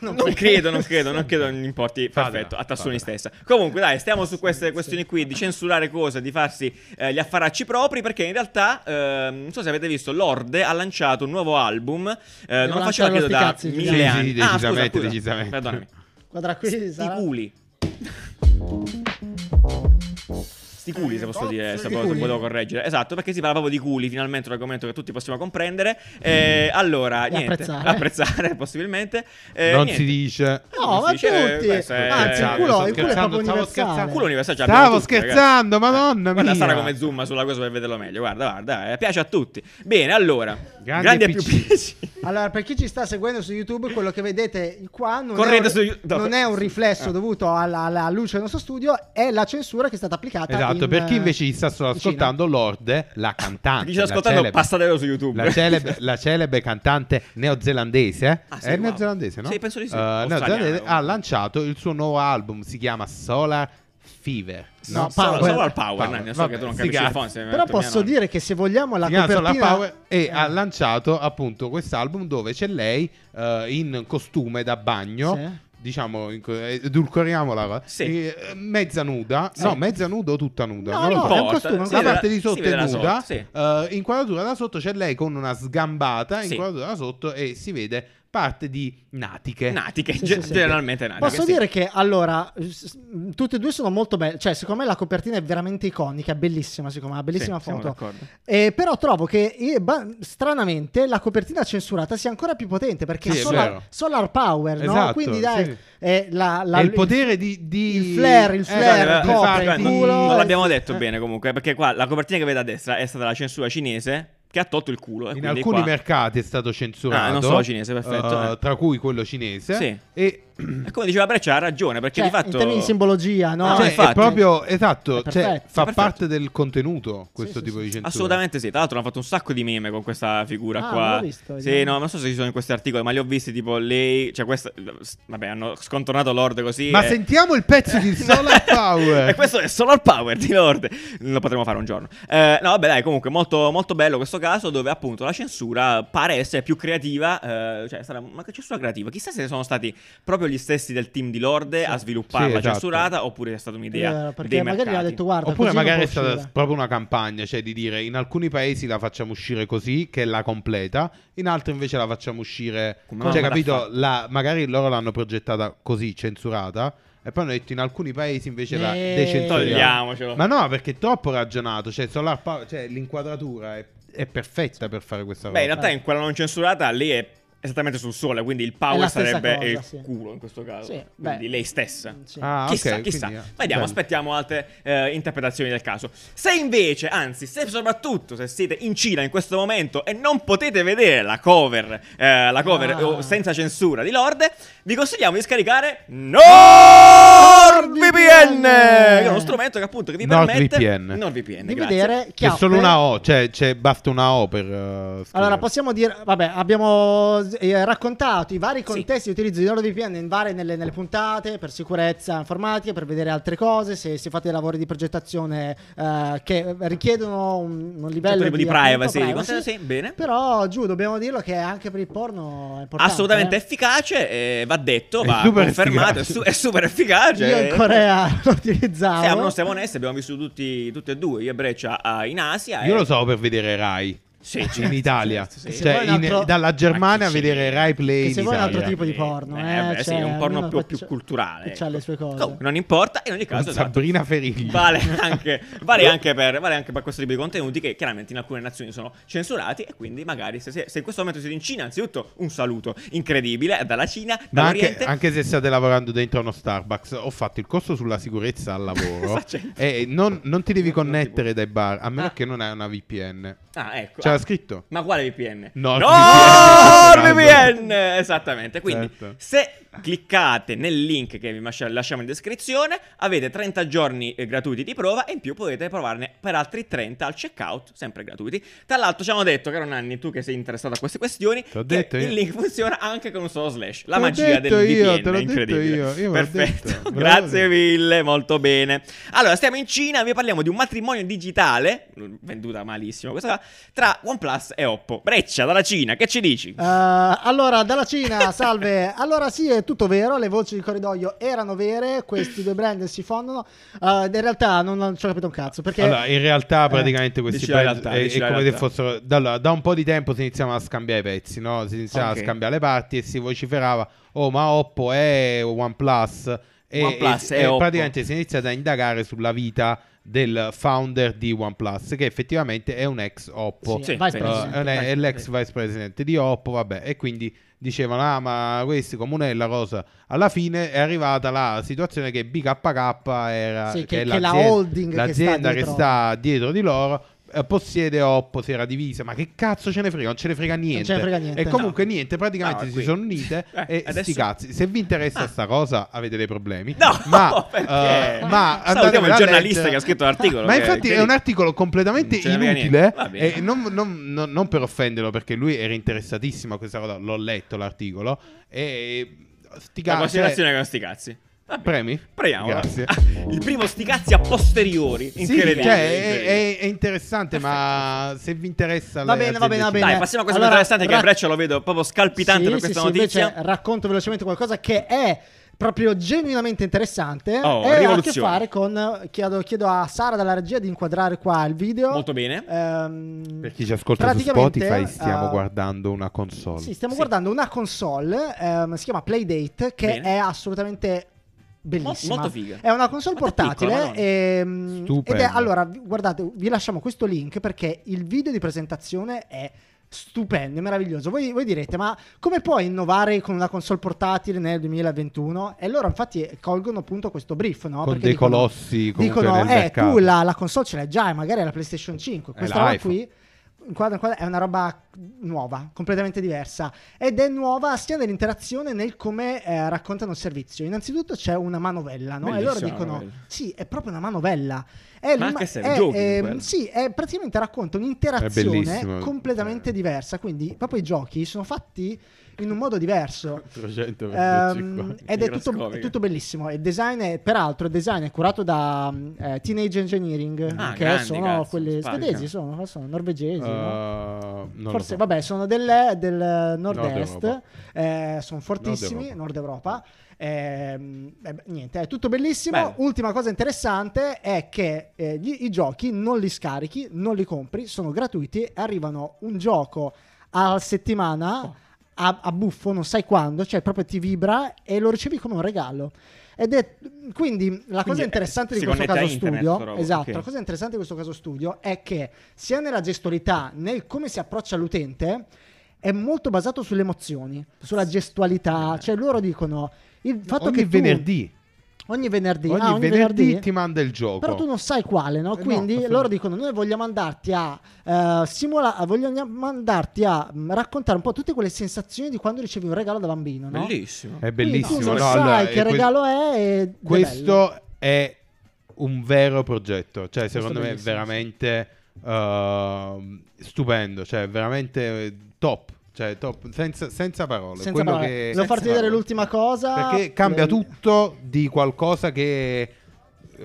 Speaker 2: Non, credo, non credo, non credo non importi.
Speaker 3: Fatela,
Speaker 2: Perfetto, a Tassoni
Speaker 3: fatela.
Speaker 2: stessa. Comunque, dai, stiamo su queste questioni qui di censurare cose, di farsi eh, gli affaracci propri. Perché in realtà, ehm, non so se avete visto, Lorde ha lanciato un nuovo album. eh, non lo
Speaker 1: lanciare
Speaker 2: faceva
Speaker 1: lo
Speaker 2: credo da
Speaker 1: spicazzi,
Speaker 2: mille
Speaker 1: Giuliano.
Speaker 2: anni.
Speaker 3: Sì, sì,
Speaker 2: Ah, scusa,
Speaker 3: decisamente,
Speaker 2: scusa.
Speaker 3: decisamente.
Speaker 2: Perdonami.
Speaker 1: Quadra qui
Speaker 2: Sti
Speaker 1: sarà...
Speaker 2: culi. Sti culi, se posso dire, se
Speaker 1: Sti
Speaker 2: posso-
Speaker 1: culi.
Speaker 2: volevo correggere. Esatto, perché si parla proprio di culi, finalmente un argomento che tutti possiamo comprendere. Eh,
Speaker 3: Mm.
Speaker 2: allora,
Speaker 1: E
Speaker 2: niente,
Speaker 1: apprezzare.
Speaker 2: apprezzare possibilmente. Eh,
Speaker 3: non
Speaker 2: niente.
Speaker 3: si dice.
Speaker 1: No, ma
Speaker 2: Si dice, eh,
Speaker 1: tutti.
Speaker 2: questo è-
Speaker 1: Anzi, il
Speaker 2: Scherzavo,
Speaker 1: culo,
Speaker 3: sto
Speaker 1: il culo è proprio
Speaker 3: scherzando, stavo
Speaker 1: universale.
Speaker 3: scherzando.
Speaker 2: Culo universale ce
Speaker 3: Stavo
Speaker 2: l'abbiamo tutti,
Speaker 3: scherzando,
Speaker 2: ragazzi.
Speaker 3: madonna
Speaker 2: Eh, Guarda
Speaker 3: mia.
Speaker 2: Sara come zoom sulla cosa per vederlo meglio. Guarda, guarda, eh, piace a tutti. Bene, allora.
Speaker 3: Grandi
Speaker 2: Grande, più
Speaker 3: PC.
Speaker 2: PC.
Speaker 1: Allora, per chi ci sta seguendo su YouTube, quello che vedete qua non, è
Speaker 2: Correte
Speaker 1: un,
Speaker 2: su YouTube.
Speaker 1: non è un riflesso
Speaker 2: Ah.
Speaker 1: dovuto alla, alla luce del nostro studio, è la censura che è stata applicata.
Speaker 3: Esatto,
Speaker 1: in,
Speaker 3: per chi
Speaker 1: eh,
Speaker 3: invece ci sta solo
Speaker 1: in Cina.
Speaker 3: ascoltando, Lorde, la cantante.
Speaker 2: Chi ci sta
Speaker 3: la
Speaker 2: ascoltando,
Speaker 3: celebre-
Speaker 2: passatelo su YouTube.
Speaker 3: La celebre, la celebre cantante neozelandese eh?
Speaker 2: Ah, sì,
Speaker 3: è
Speaker 2: wow.
Speaker 3: neozelandese, no?
Speaker 2: Sì, penso di sì.
Speaker 3: Eh,
Speaker 2: Australiana,
Speaker 3: neozelandese,
Speaker 2: comunque.
Speaker 3: ha lanciato il suo nuovo album, si chiama Solar Fever.
Speaker 1: No,
Speaker 2: solo,
Speaker 1: Power.
Speaker 2: solo al power,
Speaker 3: Power.
Speaker 2: Nanni, so
Speaker 3: Vabbè,
Speaker 2: che tu non
Speaker 3: sti
Speaker 2: capisci il
Speaker 3: cazzi.
Speaker 2: font,
Speaker 1: Però posso dire che se vogliamo la
Speaker 3: Si chiama Solar
Speaker 1: copertina... Eh.
Speaker 3: Power e ha lanciato appunto quest'album dove c'è lei eh, in costume da bagno.
Speaker 1: Sì.
Speaker 3: Diciamo, in co- eh, edulcoriamola
Speaker 2: Sì.
Speaker 3: eh, mezza nuda,
Speaker 2: Sì.
Speaker 3: no, mezza nuda o tutta nuda?
Speaker 1: No,
Speaker 3: non lo
Speaker 1: no,
Speaker 3: so.
Speaker 1: è un costume,
Speaker 3: la
Speaker 1: vede
Speaker 3: parte di sotto è nuda,
Speaker 2: Sì.
Speaker 3: eh, inquadratura da sotto c'è lei con una sgambata,
Speaker 2: Sì.
Speaker 3: inquadratura da sotto e si vede parte di natiche.
Speaker 2: Natiche,
Speaker 1: Sì,
Speaker 2: ge-
Speaker 1: sì, sì.
Speaker 2: generalmente
Speaker 3: Ah,
Speaker 2: natiche.
Speaker 1: Posso
Speaker 2: sì.
Speaker 1: dire che allora, s- s- tutte e due sono molto belle. Cioè, secondo me la copertina è veramente iconica, è bellissima, secondo me, una bellissima
Speaker 2: Sì, siamo
Speaker 1: foto.
Speaker 2: d'accordo.
Speaker 1: Eh, però trovo che eh, ba- stranamente la copertina censurata sia ancora più potente perché
Speaker 3: Sì, è
Speaker 1: è
Speaker 3: vero.
Speaker 1: solar, solar power, no?
Speaker 3: Esatto,
Speaker 1: Quindi dai,
Speaker 3: sì.
Speaker 1: eh, la- la-
Speaker 3: È il potere di, di-
Speaker 1: il flare, il
Speaker 3: Eh,
Speaker 1: flare,
Speaker 3: di
Speaker 2: Guarda,
Speaker 1: copre
Speaker 2: guarda,
Speaker 1: il
Speaker 3: farti-
Speaker 2: non-
Speaker 1: culo.
Speaker 2: Non l'abbiamo detto
Speaker 3: Eh.
Speaker 2: bene comunque, perché qua la copertina che vedete a destra è stata la censura cinese che ha tolto il culo. e
Speaker 3: In
Speaker 2: quindi
Speaker 3: alcuni
Speaker 2: qua-
Speaker 3: mercati è stato censurato.
Speaker 2: Ah, non solo cinese, perfetto,
Speaker 3: eh,
Speaker 2: eh.
Speaker 3: Tra cui quello cinese.
Speaker 2: Sì.
Speaker 3: E
Speaker 2: E come diceva Breccia ha ragione, perché
Speaker 1: Cioè,
Speaker 2: di fatto...
Speaker 1: in termini di simbologia, no?
Speaker 2: Ah,
Speaker 3: cioè,
Speaker 2: infatti.
Speaker 3: è proprio esatto,
Speaker 1: È
Speaker 3: cioè,
Speaker 1: perfetto.
Speaker 3: fa
Speaker 2: Perfetto.
Speaker 3: parte del contenuto questo
Speaker 1: sì,
Speaker 3: tipo
Speaker 1: sì.
Speaker 3: di censura.
Speaker 2: Assolutamente sì, tra l'altro hanno fatto un sacco di meme con questa figura
Speaker 1: Ah,
Speaker 2: qua.
Speaker 1: l'ho visto,
Speaker 2: sì,
Speaker 1: vediamo.
Speaker 2: no, non so se ci sono in questi articoli, ma li ho visti tipo lei, cioè questa vabbè, hanno scontornato Lord così
Speaker 3: Ma
Speaker 2: e-
Speaker 3: sentiamo il pezzo di Solar Power.
Speaker 2: e questo è Solar Power di Lord. Lo potremo fare un giorno. Eh, no, vabbè, dai, comunque molto, molto bello questo caso dove appunto la censura pare essere più creativa. eh, cioè, è stata una censura creativa. Chissà se sono stati proprio gli stessi del team di Lord a sviluppare
Speaker 3: Sì,
Speaker 2: la
Speaker 3: esatto.
Speaker 2: censurata oppure è stata un'idea.
Speaker 1: Eh, perché
Speaker 2: dei
Speaker 1: magari gli ha
Speaker 2: mercati.
Speaker 1: detto guarda
Speaker 3: Oppure
Speaker 1: così non
Speaker 3: magari è
Speaker 1: può
Speaker 3: stata
Speaker 1: uscire.
Speaker 3: proprio una campagna, cioè di dire in alcuni paesi la facciamo uscire così, che la completa, in altri invece la facciamo uscire,
Speaker 2: Come
Speaker 3: cioè
Speaker 2: mamma
Speaker 3: capito,
Speaker 2: da
Speaker 3: la- magari loro l'hanno progettata così, censurata, e poi hanno detto in alcuni paesi invece la
Speaker 1: Eh.
Speaker 3: decensuriamo.
Speaker 2: Togliamocelo.
Speaker 3: Ma no, perché è troppo ragionato, cioè, Solar Power- cioè, l'inquadratura è, è perfetta per fare questa
Speaker 2: Beh, in
Speaker 3: cosa.
Speaker 2: realtà in quella non censurata lì è esattamente sul sole, quindi il
Speaker 1: È
Speaker 2: power
Speaker 1: la stessa
Speaker 2: sarebbe
Speaker 1: cosa,
Speaker 2: il
Speaker 1: sì.
Speaker 2: culo in questo caso.
Speaker 1: Sì,
Speaker 2: quindi
Speaker 1: beh.
Speaker 2: lei stessa.
Speaker 1: Mm, Sì.
Speaker 3: Ah,
Speaker 2: chissà,
Speaker 3: ok,
Speaker 2: chissà.
Speaker 3: quindi, eh,
Speaker 2: Vediamo,
Speaker 3: bello.
Speaker 2: aspettiamo altre eh, interpretazioni del caso. Se invece, anzi, se soprattutto se siete in Cina in questo momento e non potete vedere la cover, eh, la cover
Speaker 1: Ah.
Speaker 2: o senza censura di Lord, vi consigliamo di scaricare NordVPN, che è uno strumento che appunto che vi permette
Speaker 3: NordVPN.
Speaker 2: NordVPN,
Speaker 1: di
Speaker 2: grazie.
Speaker 1: vedere chi
Speaker 3: C'è
Speaker 1: ha
Speaker 3: solo
Speaker 1: per-
Speaker 3: una O, cioè, c'è- basta una O per... eh, scrivere.
Speaker 1: Allora, possiamo dire, vabbè, abbiamo eh, raccontato i vari contesti di utilizzo di NordVPN in varie- nelle, nelle puntate per sicurezza informatica, per vedere altre cose, se, se fate lavori di progettazione eh, che richiedono un, un livello
Speaker 2: Certo, tipo di
Speaker 1: appunto,
Speaker 2: privacy, di contenuti, sì, bene.
Speaker 1: Però giù dobbiamo dirlo che anche per il porno è importante.
Speaker 2: Assolutamente
Speaker 1: eh.
Speaker 2: efficace, eh, va detto,
Speaker 3: È
Speaker 2: va
Speaker 3: super
Speaker 2: confermato, è,
Speaker 3: efficace.
Speaker 2: su- è super efficace. Eh,
Speaker 1: Io in Corea lo utilizzavo.
Speaker 2: Siamo, non siamo onesti, abbiamo vissuto tutti, tutti e due, io e Breccia ah, in Asia.
Speaker 3: Io
Speaker 2: e-
Speaker 3: lo so per vedere Rai.
Speaker 2: Sì, certo,
Speaker 3: in Italia,
Speaker 2: certo, sì.
Speaker 1: Se
Speaker 3: cioè
Speaker 1: vuoi un
Speaker 3: in-
Speaker 1: altro-
Speaker 3: dalla
Speaker 2: Ma
Speaker 3: Germania a
Speaker 2: chi
Speaker 3: vedere
Speaker 2: c'è?
Speaker 3: Rai Play
Speaker 1: Che
Speaker 3: in
Speaker 1: se vuoi un
Speaker 3: Italia.
Speaker 1: altro tipo di porno, eh,
Speaker 2: beh, sì,
Speaker 1: cioè,
Speaker 2: un porno
Speaker 1: almeno
Speaker 2: più, più
Speaker 1: faccia-
Speaker 2: culturale. ecco.
Speaker 1: c'ha le sue cose.
Speaker 2: Comunque, non importa, in ogni
Speaker 3: Con
Speaker 2: caso, esatto,
Speaker 3: Sabrina Ferigli.
Speaker 2: Vale anche, vale, anche per, vale anche per questo tipo di contenuti che chiaramente in alcune nazioni sono censurati e quindi magari se, se- se in questo momento siete in Cina, anzitutto un saluto incredibile dalla Cina,
Speaker 3: Ma anche,
Speaker 2: dall'Oriente.
Speaker 3: anche se state lavorando dentro uno Starbucks, ho fatto il corso sulla sicurezza al lavoro.
Speaker 2: Esatto.
Speaker 3: e non, non ti devi
Speaker 2: Non- non ti
Speaker 3: connettere dai bar, a meno
Speaker 2: Ah.
Speaker 3: che non hai una VPN.
Speaker 2: Ah, ecco.
Speaker 3: C'era
Speaker 2: Ah.
Speaker 3: scritto.
Speaker 2: Ma quale VPN?
Speaker 3: No,
Speaker 2: No,
Speaker 3: VPN,
Speaker 2: VPN! Esattamente, quindi
Speaker 3: Certo.
Speaker 2: se cliccate nel link che vi mascia- lasciamo in descrizione, avete 30 giorni eh, gratuiti di prova e in più potete provarne per altri 30 al checkout, sempre gratuiti. Tra l'altro ci hanno detto, caro Nanni, tu che sei interessato a queste questioni,
Speaker 3: T'ho
Speaker 2: che
Speaker 3: detto io.
Speaker 2: il link funziona anche con un solo slash. La
Speaker 3: Te l'ho
Speaker 2: magia
Speaker 3: detto
Speaker 2: del
Speaker 3: io,
Speaker 2: VPN,
Speaker 3: te l'ho detto
Speaker 2: incredibile.
Speaker 3: io, io ve l'ho detto,
Speaker 2: Perfetto,
Speaker 3: ve l'ho
Speaker 2: grazie
Speaker 3: detto.
Speaker 2: mille, molto bene. Allora, stiamo in Cina, vi parliamo di un matrimonio digitale, venduta malissimo questa qua, tra OnePlus e Oppo. Breccia dalla Cina, che ci dici?
Speaker 1: Eh, allora, dalla Cina, salve. Allora, sì, è tutto vero. Le voci di corridoio erano vere. Questi due brand si fondono. Eh, in realtà, non, non ci ho capito un cazzo. Perché
Speaker 3: Allora, in realtà
Speaker 1: Eh,
Speaker 3: praticamente questi
Speaker 2: dici la
Speaker 3: brand
Speaker 2: realtà,
Speaker 3: è,
Speaker 2: dici
Speaker 3: è
Speaker 2: la
Speaker 3: come se
Speaker 2: realtà.
Speaker 3: fossero... da- allora, da un po' di tempo si iniziava a scambiare i pezzi, no? Si iniziava
Speaker 2: Ok.
Speaker 3: a scambiare le parti e si vociferava, oh ma Oppo è OnePlus. E,
Speaker 2: OnePlus
Speaker 3: e-
Speaker 2: è
Speaker 3: e
Speaker 2: Oppo.
Speaker 3: praticamente si è iniziato a indagare sulla vita del founder di OnePlus, che effettivamente è un ex Oppo.
Speaker 1: Sì,
Speaker 2: Sì,
Speaker 1: vice
Speaker 2: sì.
Speaker 1: president.
Speaker 3: Eh, è,
Speaker 2: Vice
Speaker 3: è l'ex
Speaker 2: president.
Speaker 3: vice president di Oppo, vabbè, e quindi dicevano, ah ma questi comunella cosa, alla fine è arrivata la situazione che BKK era
Speaker 1: Sì,
Speaker 3: che,
Speaker 1: che-
Speaker 3: è
Speaker 1: che la
Speaker 3: l'azienda-
Speaker 1: holding che sta
Speaker 3: l'azienda che
Speaker 1: dietro.
Speaker 3: sta dietro di loro eh, possiede Oppo, si era divisa, ma che cazzo ce ne frega, non ce ne frega niente.
Speaker 1: ce ne frega niente.
Speaker 3: E comunque niente, praticamente
Speaker 2: No,
Speaker 3: si
Speaker 2: qui.
Speaker 3: sono unite
Speaker 2: Eh,
Speaker 3: e
Speaker 2: adesso-
Speaker 3: sti cazzi. Se vi interessa
Speaker 2: Ah.
Speaker 3: sta cosa avete dei problemi.
Speaker 2: No,
Speaker 3: ma,
Speaker 2: perché?
Speaker 3: eh, ma
Speaker 2: Salutiamo il
Speaker 3: andatevela a
Speaker 2: giornalista
Speaker 3: leggere.
Speaker 2: che ha scritto l'articolo.
Speaker 3: Ma
Speaker 2: che-
Speaker 3: infatti
Speaker 2: che-
Speaker 3: è un articolo completamente
Speaker 2: Non ce ne frega
Speaker 3: inutile.
Speaker 2: niente. Va bene.
Speaker 3: E non, non- non- non per offenderlo, perché lui era interessatissimo a questa cosa. L'ho letto l'articolo. E sti
Speaker 2: La
Speaker 3: cazzi- eh,
Speaker 2: considerazione con sti cazzi. Vabbè,
Speaker 3: Premi?
Speaker 2: Proviamo.
Speaker 3: cioè Grazie.
Speaker 2: Ah, il primo sti cazzi a posteriori.
Speaker 3: Sì, cioè,
Speaker 2: Incredibile.
Speaker 3: è,
Speaker 2: incredibile.
Speaker 3: è- è interessante, ma se vi interessa.
Speaker 1: Va
Speaker 3: le
Speaker 1: bene, va bene,
Speaker 3: aziende
Speaker 1: va
Speaker 3: ci-
Speaker 1: bene.
Speaker 2: Dai, passiamo a cosa più
Speaker 1: Allora,
Speaker 2: interessante che
Speaker 1: ra-
Speaker 2: a Breccia lo vedo proprio scalpitante
Speaker 1: Sì,
Speaker 2: per
Speaker 1: sì,
Speaker 2: questa
Speaker 1: sì,
Speaker 2: notizia.
Speaker 1: Invece racconto velocemente qualcosa che è proprio genuinamente interessante
Speaker 2: Oh,
Speaker 1: e ha a che
Speaker 2: rivoluzione.
Speaker 1: fare con chiedo, chiedo a Sara dalla regia di inquadrare qua il video
Speaker 2: Molto bene.
Speaker 1: Ehm,
Speaker 3: Per chi ci ascolta su
Speaker 1: praticamente,
Speaker 3: Spotify, stiamo
Speaker 1: eh,
Speaker 3: guardando una console.
Speaker 1: sì, stiamo
Speaker 2: Sì.
Speaker 1: guardando una console ehm, si chiama Playdate che
Speaker 2: Bene.
Speaker 1: è assolutamente bellissima
Speaker 2: Molto figa.
Speaker 3: Eh,
Speaker 1: è una console
Speaker 2: Quanto è
Speaker 1: portatile
Speaker 2: piccola, Madonna.
Speaker 1: ehm, ed è
Speaker 3: Stupendo.
Speaker 1: allora vi- guardate vi lasciamo questo link perché il video di presentazione è stupendo, è meraviglioso. Voi, voi direte ma come puoi innovare con una console portatile nel 2021? E loro infatti colgono appunto questo brief, no?
Speaker 3: Con
Speaker 1: Perché
Speaker 3: dei
Speaker 1: dicono-
Speaker 3: colossi comunque
Speaker 1: dicono,
Speaker 3: nel
Speaker 1: eh,
Speaker 3: mercato.
Speaker 1: tu la, la console ce l'hai già, e magari è la PlayStation 5.
Speaker 3: È
Speaker 1: Questa roba
Speaker 3: l'iPhone.
Speaker 1: qui inquadra- inquadra- è una roba nuova, completamente diversa. Ed è nuova sia nell'interazione nel come eh, raccontano il servizio. Innanzitutto c'è una manovella, no? e loro
Speaker 2: Bellissima
Speaker 1: dicono:
Speaker 2: manovella.
Speaker 1: Sì, è proprio una manovella. È
Speaker 2: Ma
Speaker 1: l'ima-
Speaker 2: che serve?
Speaker 1: è,
Speaker 2: Giochi in
Speaker 1: ehm,
Speaker 2: quella?
Speaker 1: sì, è praticamente racconta
Speaker 3: È bellissimo. Eh.
Speaker 1: un'interazione completamente diversa. Quindi, proprio i giochi sono fatti in un modo diverso.
Speaker 3: 300
Speaker 1: Ehm, ed è tutto,
Speaker 2: Microscopica.
Speaker 1: è tutto bellissimo. Il design, è, peraltro, il design è curato da mm, eh, Teenage Engineering,
Speaker 2: Ah,
Speaker 1: che
Speaker 2: grandi,
Speaker 1: sono
Speaker 2: cazzo,
Speaker 1: quelli
Speaker 2: spacca. Eh,
Speaker 1: svedesi, sono, sono norvegesi.
Speaker 3: Eh,
Speaker 1: no? Forse,
Speaker 3: Forse
Speaker 1: vabbè, sono del, del nord-est,
Speaker 3: Nord
Speaker 1: eh, sono fortissimi,
Speaker 3: Nord Europa.
Speaker 1: nord Europa. Ehm, eh, beh, niente, è tutto bellissimo.
Speaker 2: Bello.
Speaker 1: Ultima cosa interessante è che eh, gli- i giochi non li scarichi, non li compri, sono gratuiti, arrivano un gioco a settimana a, a buffo, non sai quando, cioè proprio ti vibra e lo ricevi come un regalo. Ed è quindi la cosa
Speaker 2: Quindi, eh,
Speaker 1: interessante di
Speaker 2: si
Speaker 1: questo
Speaker 2: connette
Speaker 1: caso
Speaker 2: a internet, sta
Speaker 1: studio,
Speaker 2: roba,
Speaker 1: esatto,
Speaker 2: ok.
Speaker 1: la cosa interessante di questo caso studio è che sia nella gestualità, nel come si approccia all'utente, è molto basato sulle emozioni, sulla gestualità, cioè loro dicono il fatto
Speaker 3: Eh. ogni
Speaker 1: che tu-
Speaker 3: venerdì.
Speaker 1: ogni venerdì,
Speaker 3: Ogni,
Speaker 1: ah,
Speaker 3: venerdì, ti manda il gioco.
Speaker 1: però tu non sai quale, no?
Speaker 3: Eh, no,
Speaker 1: Quindi
Speaker 3: assolutamente.
Speaker 1: loro dicono: Noi vogliamo andarti a eh, simulare, vogliamo mandarti a mm, raccontare un po' tutte quelle sensazioni di quando ricevi un regalo da bambino, no?
Speaker 2: Bellissimo.
Speaker 3: È
Speaker 1: Quindi
Speaker 3: bellissimo.
Speaker 1: Tu non
Speaker 3: no?
Speaker 1: sai
Speaker 3: Allora,
Speaker 1: che
Speaker 3: eh, que-
Speaker 1: regalo è. ed è bello.
Speaker 3: questo è un vero progetto. Cioè, secondo me è
Speaker 1: bellissimo, sì.
Speaker 3: veramente ehm, stupendo. Cioè, veramente eh, top. Cioè, top. Senza, senza parole.
Speaker 1: Senza
Speaker 3: Quello
Speaker 1: parole.
Speaker 3: che-
Speaker 1: Devo farti
Speaker 3: senza
Speaker 1: vedere
Speaker 3: parole.
Speaker 1: l'ultima cosa.
Speaker 2: Esatto.
Speaker 3: Perché cambia
Speaker 1: Eh,
Speaker 3: tutto di qualcosa che eh,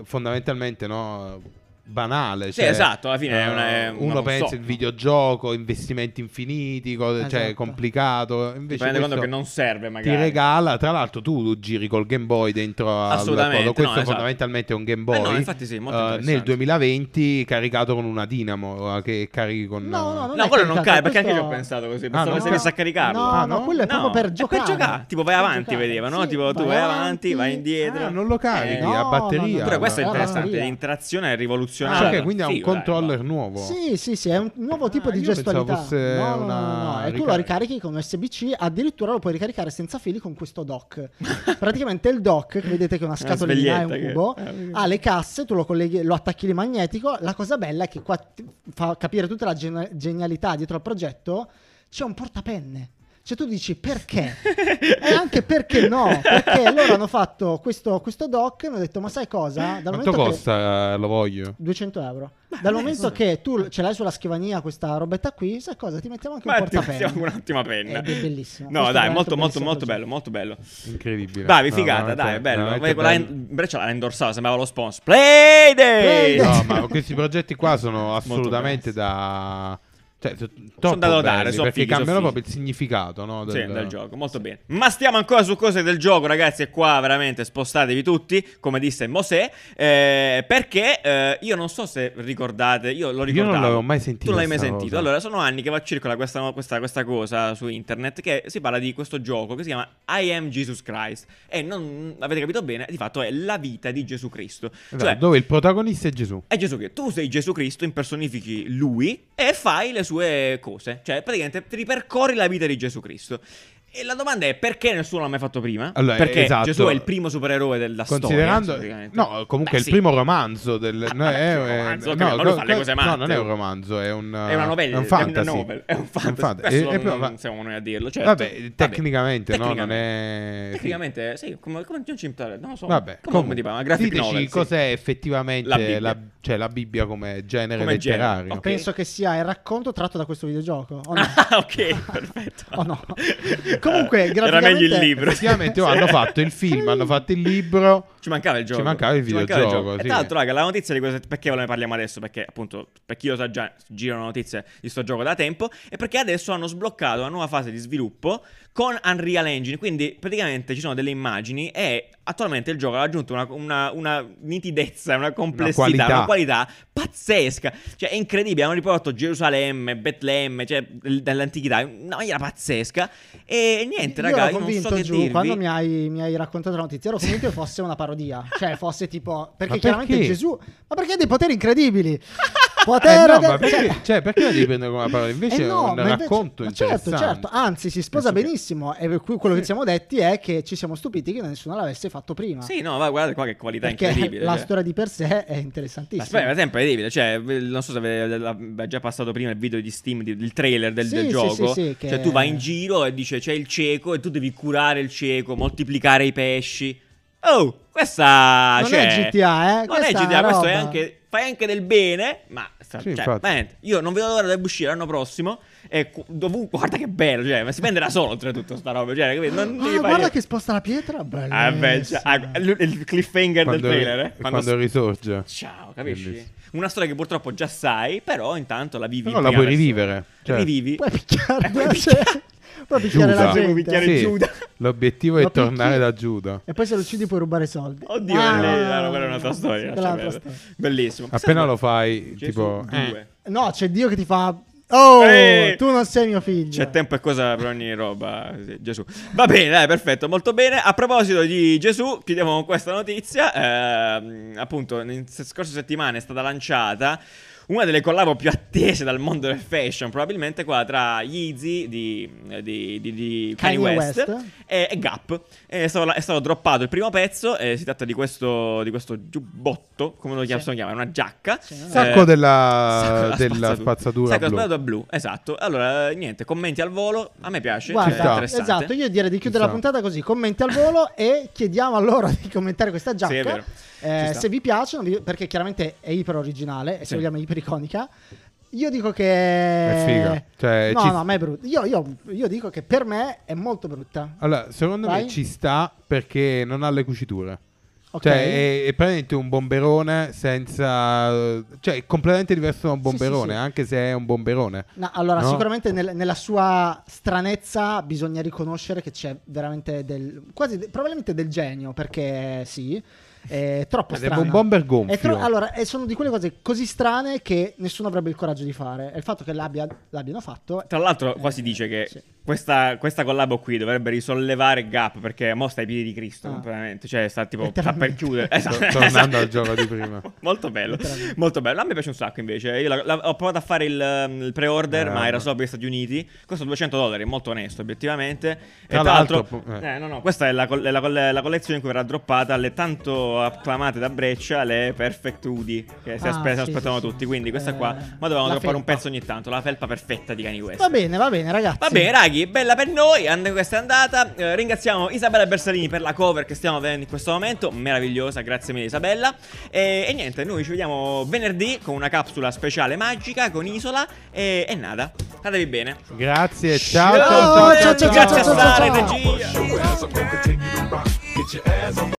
Speaker 3: fondamentalmente no, banale.
Speaker 2: Sì,
Speaker 3: cioè,
Speaker 2: esatto, alla fine è una-
Speaker 3: eh,
Speaker 2: è una
Speaker 3: uno pensa
Speaker 2: console, no?
Speaker 3: il videogioco, investimenti infiniti, cose- cioè
Speaker 1: Esatto.
Speaker 3: complicato. Invece
Speaker 2: Ti rendi conto
Speaker 3: questo
Speaker 2: che non serve
Speaker 3: ti
Speaker 2: magari.
Speaker 3: regala, tra l'altro tu lo giri col Game Boy dentro al
Speaker 2: Assolutamente,
Speaker 3: collo. Questo
Speaker 2: no, esatto.
Speaker 3: fondamentalmente è un Game Boy.
Speaker 2: Eh no, infatti sì, molto
Speaker 3: eh,
Speaker 2: interessante.
Speaker 3: nel 2020 caricato con una Dinamo eh, che carichi con
Speaker 1: No, no,
Speaker 3: eh,
Speaker 1: non
Speaker 2: No,
Speaker 1: è
Speaker 2: quello non
Speaker 1: caricato,
Speaker 2: cade, perché anche io
Speaker 1: questo-
Speaker 2: ho pensato così.
Speaker 3: Ah,
Speaker 2: Pensavo
Speaker 3: no?
Speaker 2: si avesse a caricarlo.
Speaker 1: No,
Speaker 3: Ah,
Speaker 1: no,
Speaker 3: no?
Speaker 1: quello è proprio
Speaker 2: No,
Speaker 1: per
Speaker 2: è
Speaker 1: giocare.
Speaker 2: giocare. Tipo vai
Speaker 1: Per
Speaker 2: avanti,
Speaker 1: giocare.
Speaker 2: vedeva, no?
Speaker 1: Sì,
Speaker 2: Tipo tu vai avanti, vai indietro.
Speaker 3: Ah, non lo carichi
Speaker 2: Eh,
Speaker 3: a
Speaker 1: no, no,
Speaker 3: batteria.
Speaker 1: no.
Speaker 2: Però questo è
Speaker 1: Ah,
Speaker 2: interessante,
Speaker 1: batteria.
Speaker 2: l'interazione è
Speaker 3: Ah,
Speaker 2: rivoluzionaria.
Speaker 3: ok, quindi ha un
Speaker 2: Figo, dai,
Speaker 3: controller
Speaker 2: va.
Speaker 3: nuovo.
Speaker 1: Sì, sì, sì, è un nuovo tipo
Speaker 3: Ah,
Speaker 1: di
Speaker 3: io
Speaker 1: gestualità.
Speaker 3: pensavo fosse
Speaker 1: no, no,
Speaker 3: una
Speaker 1: no, no, E tu lo
Speaker 3: ricarica.
Speaker 1: ricarichi con USB-C, addirittura lo puoi ricaricare senza fili con questo dock. Praticamente il dock, che vedete che è una
Speaker 2: È una
Speaker 1: scatolina, è un
Speaker 2: sveglietta che-
Speaker 1: cubo,
Speaker 3: Ah,
Speaker 2: eh,
Speaker 1: ha le casse, tu lo colleghi, lo attacchi lì magnetico. La cosa bella è che qua ti fa capire tutta la gen- genialità dietro al progetto, c'è un portapenne. Cioè, tu dici perché?
Speaker 3: Eh,
Speaker 1: e anche perché no? Perché loro hanno fatto questo, questo doc e hanno detto: Ma sai cosa? Dal
Speaker 3: Quanto
Speaker 1: momento che-
Speaker 3: costa? eh, Lo voglio.
Speaker 1: 200 euro. Dal momento che tu ce l'hai sulla scrivania questa robetta qui, sai cosa? Ti mettiamo anche
Speaker 2: Ma
Speaker 1: un
Speaker 2: ti
Speaker 1: portapenna.
Speaker 2: mettiamo un'ottima penna.
Speaker 1: Ed È bellissimo. Questo è
Speaker 2: No, dai,
Speaker 1: veramente
Speaker 2: molto, molto,
Speaker 1: bellissimo
Speaker 2: molto bello,
Speaker 1: progetto.
Speaker 2: molto bello.
Speaker 3: Incredibile.
Speaker 2: Bravi,
Speaker 3: No,
Speaker 2: figata,
Speaker 3: veramente-
Speaker 2: dai, è bello.
Speaker 3: veramente
Speaker 2: La
Speaker 3: bello.
Speaker 2: Breccia l'ha endorsato, sembrava lo sponsor.
Speaker 1: Play
Speaker 2: Playday!
Speaker 1: Day!
Speaker 3: No, ma questi progetti qua sono assolutamente da. Cioè, so- troppo
Speaker 2: da lodare,
Speaker 3: belli,
Speaker 2: sono
Speaker 3: perché
Speaker 2: fighi, sono
Speaker 3: cambiano
Speaker 2: fighi.
Speaker 3: proprio il significato no, del,
Speaker 2: Sì, del gioco, molto bene. Ma stiamo ancora su cose del gioco, ragazzi. E qua veramente spostatevi tutti, come disse Mosè. eh, perché eh, io non so se ricordate, io lo ricordavo.
Speaker 3: non l'avevo mai sentito
Speaker 2: Tu l'hai mai
Speaker 3: sta
Speaker 2: sentito?
Speaker 3: cosa.
Speaker 2: Allora, sono anni che va circola questa, questa- questa cosa su internet. Che si parla di questo gioco che si chiama I Am Jesus Christ. E non avete capito bene, di fatto è la vita di Gesù Cristo.
Speaker 3: Esatto,
Speaker 2: Cioè,
Speaker 3: dove il protagonista è Gesù.
Speaker 2: è Gesù Cristo. Tu sei Gesù Cristo, impersonifichi lui e fai le sue cose. Cioè, praticamente ti ripercorri la vita di Gesù Cristo. E la domanda è perché nessuno l'ha mai fatto prima?
Speaker 3: Allora,
Speaker 2: perché
Speaker 3: esatto.
Speaker 2: Gesù è il primo supereroe della
Speaker 3: Considerando,
Speaker 2: storia. praticamente.
Speaker 3: no,
Speaker 2: Beh,
Speaker 3: comunque è il
Speaker 2: sì.
Speaker 3: primo romanzo del.
Speaker 2: Ah,
Speaker 3: no,
Speaker 2: vabbè,
Speaker 3: è,
Speaker 2: sì, un
Speaker 3: è-
Speaker 2: romanzo, ok, ma lui fa le cose
Speaker 3: no,
Speaker 2: matte.
Speaker 3: non è un romanzo, eh, è un.
Speaker 2: È una novella,
Speaker 3: un Eh,
Speaker 2: è
Speaker 3: fantasy.
Speaker 2: una novel, è un fantasy.
Speaker 3: fanta-
Speaker 2: Questo
Speaker 3: è- è
Speaker 2: non-
Speaker 3: proprio-
Speaker 2: non siamo noi a dirlo, certo.
Speaker 3: Vabbè, tecnicamente, no, non
Speaker 2: Tecnicamente.
Speaker 3: è-
Speaker 2: Tecnicamente, sì, come, come non ci impara, non lo so. come,
Speaker 3: Vabbè,
Speaker 2: come
Speaker 3: comunque,
Speaker 2: ti parla, graphic
Speaker 3: diteci
Speaker 2: novel, sì.
Speaker 3: cos'è effettivamente
Speaker 2: La
Speaker 3: la
Speaker 2: Bibbia.
Speaker 3: Bibbia. cioè la Bibbia come genere
Speaker 2: Come genere,
Speaker 3: letterario.
Speaker 2: ok.
Speaker 1: Penso che sia il racconto tratto da questo videogioco. O no?
Speaker 2: Ah, ok, perfetto.
Speaker 1: Oh, no. Comunque,
Speaker 2: era meglio il
Speaker 1: graficamente-
Speaker 2: libro.
Speaker 3: Effettivamente oh, hanno fatto il film, hanno fatto il libro.
Speaker 2: Ci mancava il gioco.
Speaker 3: Ci mancava il videogioco,
Speaker 2: E
Speaker 3: sì.
Speaker 2: tra l'altro, raga, la notizia di questo. Perché ve ne parliamo adesso? Perché, appunto, per chi lo sa già, girano notizie di sto gioco da tempo. E perché adesso hanno sbloccato una nuova fase di sviluppo con Unreal Engine. Quindi, praticamente ci sono delle immagini. E attualmente il gioco ha raggiunto una, una- una nitidezza, una complessità, una qualità.
Speaker 3: qualità.
Speaker 2: pazzesca. Cioè, è incredibile. Hanno riportato Gerusalemme, Betlemme, cioè, l- dall'antichità. in Una maniera pazzesca. E niente,
Speaker 1: io
Speaker 2: raga,
Speaker 1: ero
Speaker 2: io non so
Speaker 1: convinto
Speaker 2: che
Speaker 1: giù
Speaker 2: dirvi.
Speaker 1: quando mi hai, mi hai raccontato la notizia, ero convinto che fosse una parodia. Cioè, fosse tipo. Perché
Speaker 3: Ma
Speaker 1: chiaramente
Speaker 3: perché?
Speaker 1: Gesù. Ma perché ha dei poteri incredibili?
Speaker 3: Eh
Speaker 1: Potere
Speaker 3: no,
Speaker 1: del-
Speaker 3: ma perché,
Speaker 1: cioè-
Speaker 3: cioè, perché la devi prendere come una parola? Invece
Speaker 1: Eh no,
Speaker 3: è un
Speaker 1: ma invece-
Speaker 3: racconto
Speaker 1: ma Certo,
Speaker 3: interessante.
Speaker 1: certo. Anzi, si sposa
Speaker 2: Penso che-
Speaker 1: benissimo. E per cui quello che ci siamo detti è che ci siamo stupiti che nessuno l'avesse fatto prima.
Speaker 2: Sì, no, ma guardate qua che qualità
Speaker 1: perché
Speaker 2: incredibile.
Speaker 1: la
Speaker 2: cioè.
Speaker 1: storia di per sé è
Speaker 2: Ma
Speaker 1: interessantissima.
Speaker 2: sp- è incredibile, cioè, v- non so se avete aveva già passato prima il video di Steam, di- il trailer del,
Speaker 1: Sì,
Speaker 2: del
Speaker 1: sì,
Speaker 2: gioco.
Speaker 1: sì, sì, che-
Speaker 2: Cioè, tu vai in giro e dice c'è il cieco e tu devi curare il cieco, moltiplicare i pesci. Oh, questa
Speaker 1: Non
Speaker 2: cioè,
Speaker 1: è GTA, eh,
Speaker 2: Non è
Speaker 1: questa
Speaker 2: GTA, questo è
Speaker 1: roba.
Speaker 2: anche. Fai anche del bene, ma sta-
Speaker 3: Sì,
Speaker 2: cioè,
Speaker 3: infatti.
Speaker 2: veramente, io non vedo l'ora di uscire l'anno prossimo. E cu- dovunque, guarda che bello, cioè, ma si venderà solo oltretutto sta roba. Cioè, capito? non
Speaker 1: Ah,
Speaker 2: devi fare
Speaker 1: guarda
Speaker 2: niente.
Speaker 1: che sposta la pietra. Bello.
Speaker 2: Ah, beh, cioè, ah, il il cliffhanger
Speaker 3: Quando,
Speaker 2: del trailer, eh,
Speaker 3: quando risorge.
Speaker 2: Ciao, capisci?
Speaker 3: Bellissimo.
Speaker 2: Una storia che purtroppo già sai, però intanto la vivi.
Speaker 3: Però
Speaker 2: in
Speaker 3: la
Speaker 2: prima
Speaker 3: puoi
Speaker 2: persona.
Speaker 3: rivivere, cioè.
Speaker 2: Rivivi.
Speaker 1: Puoi picchiare,
Speaker 2: puoi
Speaker 1: cioè,
Speaker 2: picchiare-
Speaker 1: puoi picchiare
Speaker 3: Giuda.
Speaker 1: la
Speaker 3: Puoi
Speaker 1: gente.
Speaker 2: picchiare Era Giuda.
Speaker 3: L'obiettivo
Speaker 1: Lo
Speaker 3: è
Speaker 1: picchi-
Speaker 3: tornare da Giuda.
Speaker 1: E poi se lo uccidi puoi rubare soldi.
Speaker 2: Oddio,
Speaker 1: Ah,
Speaker 2: lei-
Speaker 1: no,
Speaker 2: ah, no,
Speaker 1: no,
Speaker 2: quella è un'altra
Speaker 1: no,
Speaker 2: storia.
Speaker 1: quella è
Speaker 2: lascia
Speaker 1: un'altra
Speaker 2: perdere.
Speaker 1: storia.
Speaker 2: Bellissimo.
Speaker 3: Appena
Speaker 2: Sai,
Speaker 3: lo fai,
Speaker 2: Gesù
Speaker 3: tipo...
Speaker 2: due.
Speaker 3: eh,
Speaker 1: No, c'è Dio che ti fa. Oh,
Speaker 2: Eh.
Speaker 1: tu non sei mio figlio.
Speaker 2: C'è tempo e cosa per ogni roba, sì, Gesù. Va bene, dai, perfetto, molto bene. A proposito di Gesù, chiudiamo con questa notizia. Ehm, appunto, nelle se- scorse settimane è stata lanciata una delle collabo più attese dal mondo del fashion, probabilmente qua tra Yeezy di, di, di- di Kanye,
Speaker 1: Kanye
Speaker 2: West,
Speaker 1: West.
Speaker 2: e, e Gap. È stato, è stato droppato il primo pezzo, eh, si tratta di questo, di questo giubbotto, come lo chiam-
Speaker 1: Sì.
Speaker 2: si chiama, è una giacca. Eh,
Speaker 1: Sì, non è-
Speaker 3: Sacco
Speaker 2: Sacco
Speaker 3: della,
Speaker 2: della
Speaker 3: della spazzatura
Speaker 2: Sacco
Speaker 3: blu.
Speaker 2: della spazzatura blu, esatto. Allora, eh, niente, commenti al volo. A me piace.
Speaker 3: Ci
Speaker 2: è
Speaker 3: sta.
Speaker 1: Guarda,
Speaker 2: interessante.
Speaker 1: esatto, io direi di chiudere
Speaker 3: Ci
Speaker 1: la
Speaker 3: sta.
Speaker 1: puntata così, commenti al volo e chiediamo a loro di commentare questa giacca.
Speaker 2: Sì, è vero.
Speaker 1: eh,
Speaker 2: Ci sta.
Speaker 1: se vi piacciono, vi- perché chiaramente è iper originale e
Speaker 2: Sì.
Speaker 1: se vogliamo è iper iconica. Io dico che
Speaker 3: È figa, cioè,
Speaker 1: no,
Speaker 3: ci-
Speaker 1: no, ma è brutta. Io, io- io dico che per me è molto brutta.
Speaker 3: Allora, secondo
Speaker 1: Vai.
Speaker 3: me ci sta perché non ha le cuciture.
Speaker 1: Ok.
Speaker 3: Cioè, è, è praticamente un bomberone senza... Cioè, è completamente diverso da un
Speaker 1: Sì, sì,
Speaker 3: bomberone,
Speaker 1: sì.
Speaker 3: anche se è un bomberone.
Speaker 1: No, allora,
Speaker 3: No?
Speaker 1: sicuramente nel- nella sua stranezza bisogna riconoscere che c'è veramente del. quasi de- probabilmente del genio, perché sì. È troppo
Speaker 3: Ed è
Speaker 1: strana.
Speaker 3: un bomber gonfio.
Speaker 1: È tro- allora, e sono di quelle cose così strane che nessuno avrebbe il coraggio di fare. E il fatto che l'abbia- l'abbiano fatto.
Speaker 2: Tra l'altro, qua si dice che
Speaker 1: Sì.
Speaker 2: questa, questa collabo qui dovrebbe risollevare Gap perché mo sta ai piedi di Cristo,
Speaker 1: Ah.
Speaker 2: completamente. Cioè, sta tipo sta
Speaker 1: Letteralmente.
Speaker 2: per chiudere. Esatto.
Speaker 3: Tor- tornando al
Speaker 2: esatto.
Speaker 3: gioco di prima.
Speaker 2: Molto bello,
Speaker 1: Letteralmente.
Speaker 2: molto bello. A me piace un sacco invece. Io la- la- ho provato a fare il, um, il pre-order,
Speaker 3: Eh,
Speaker 2: ma era
Speaker 3: no.
Speaker 2: solo per gli Stati Uniti. Costa 200 dollari, molto onesto, obiettivamente. e
Speaker 3: Tra
Speaker 2: tra l'altro,
Speaker 3: l'altro, po- eh.
Speaker 2: eh, no, no, questa è la, col- è la col- la collezione in cui verrà droppata le tanto acclamate da Breccia, le Perfect Udi, che si,
Speaker 1: Ah,
Speaker 2: aspe- si
Speaker 1: sì,
Speaker 2: aspettano
Speaker 1: sì, sì.
Speaker 2: tutti. Quindi questa
Speaker 1: Eh,
Speaker 2: qua, ma dovevamo
Speaker 1: la
Speaker 2: droppare un
Speaker 1: felpa.
Speaker 2: pezzo ogni tanto. La felpa perfetta di Kanye West.
Speaker 1: Va bene, va bene, ragazzi.
Speaker 2: Va bene, raghi, Raghi, bella per noi, and- questa è andata. Eh, ringraziamo Isabella Bersalini per la cover che stiamo vedendo in questo momento, meravigliosa, grazie mille Isabella. E, e niente, noi ci vediamo venerdì con una capsula speciale magica con Isola e, e nada. Andatevi bene.
Speaker 3: Grazie, ciao.
Speaker 1: Ciao, ciao, ciao, ciao,
Speaker 2: grazie a
Speaker 1: ciao, ciao,
Speaker 2: Sara,
Speaker 1: ciao.
Speaker 2: regia.
Speaker 4: Bust your ass, I'm gonna continue to rock. Get your ass on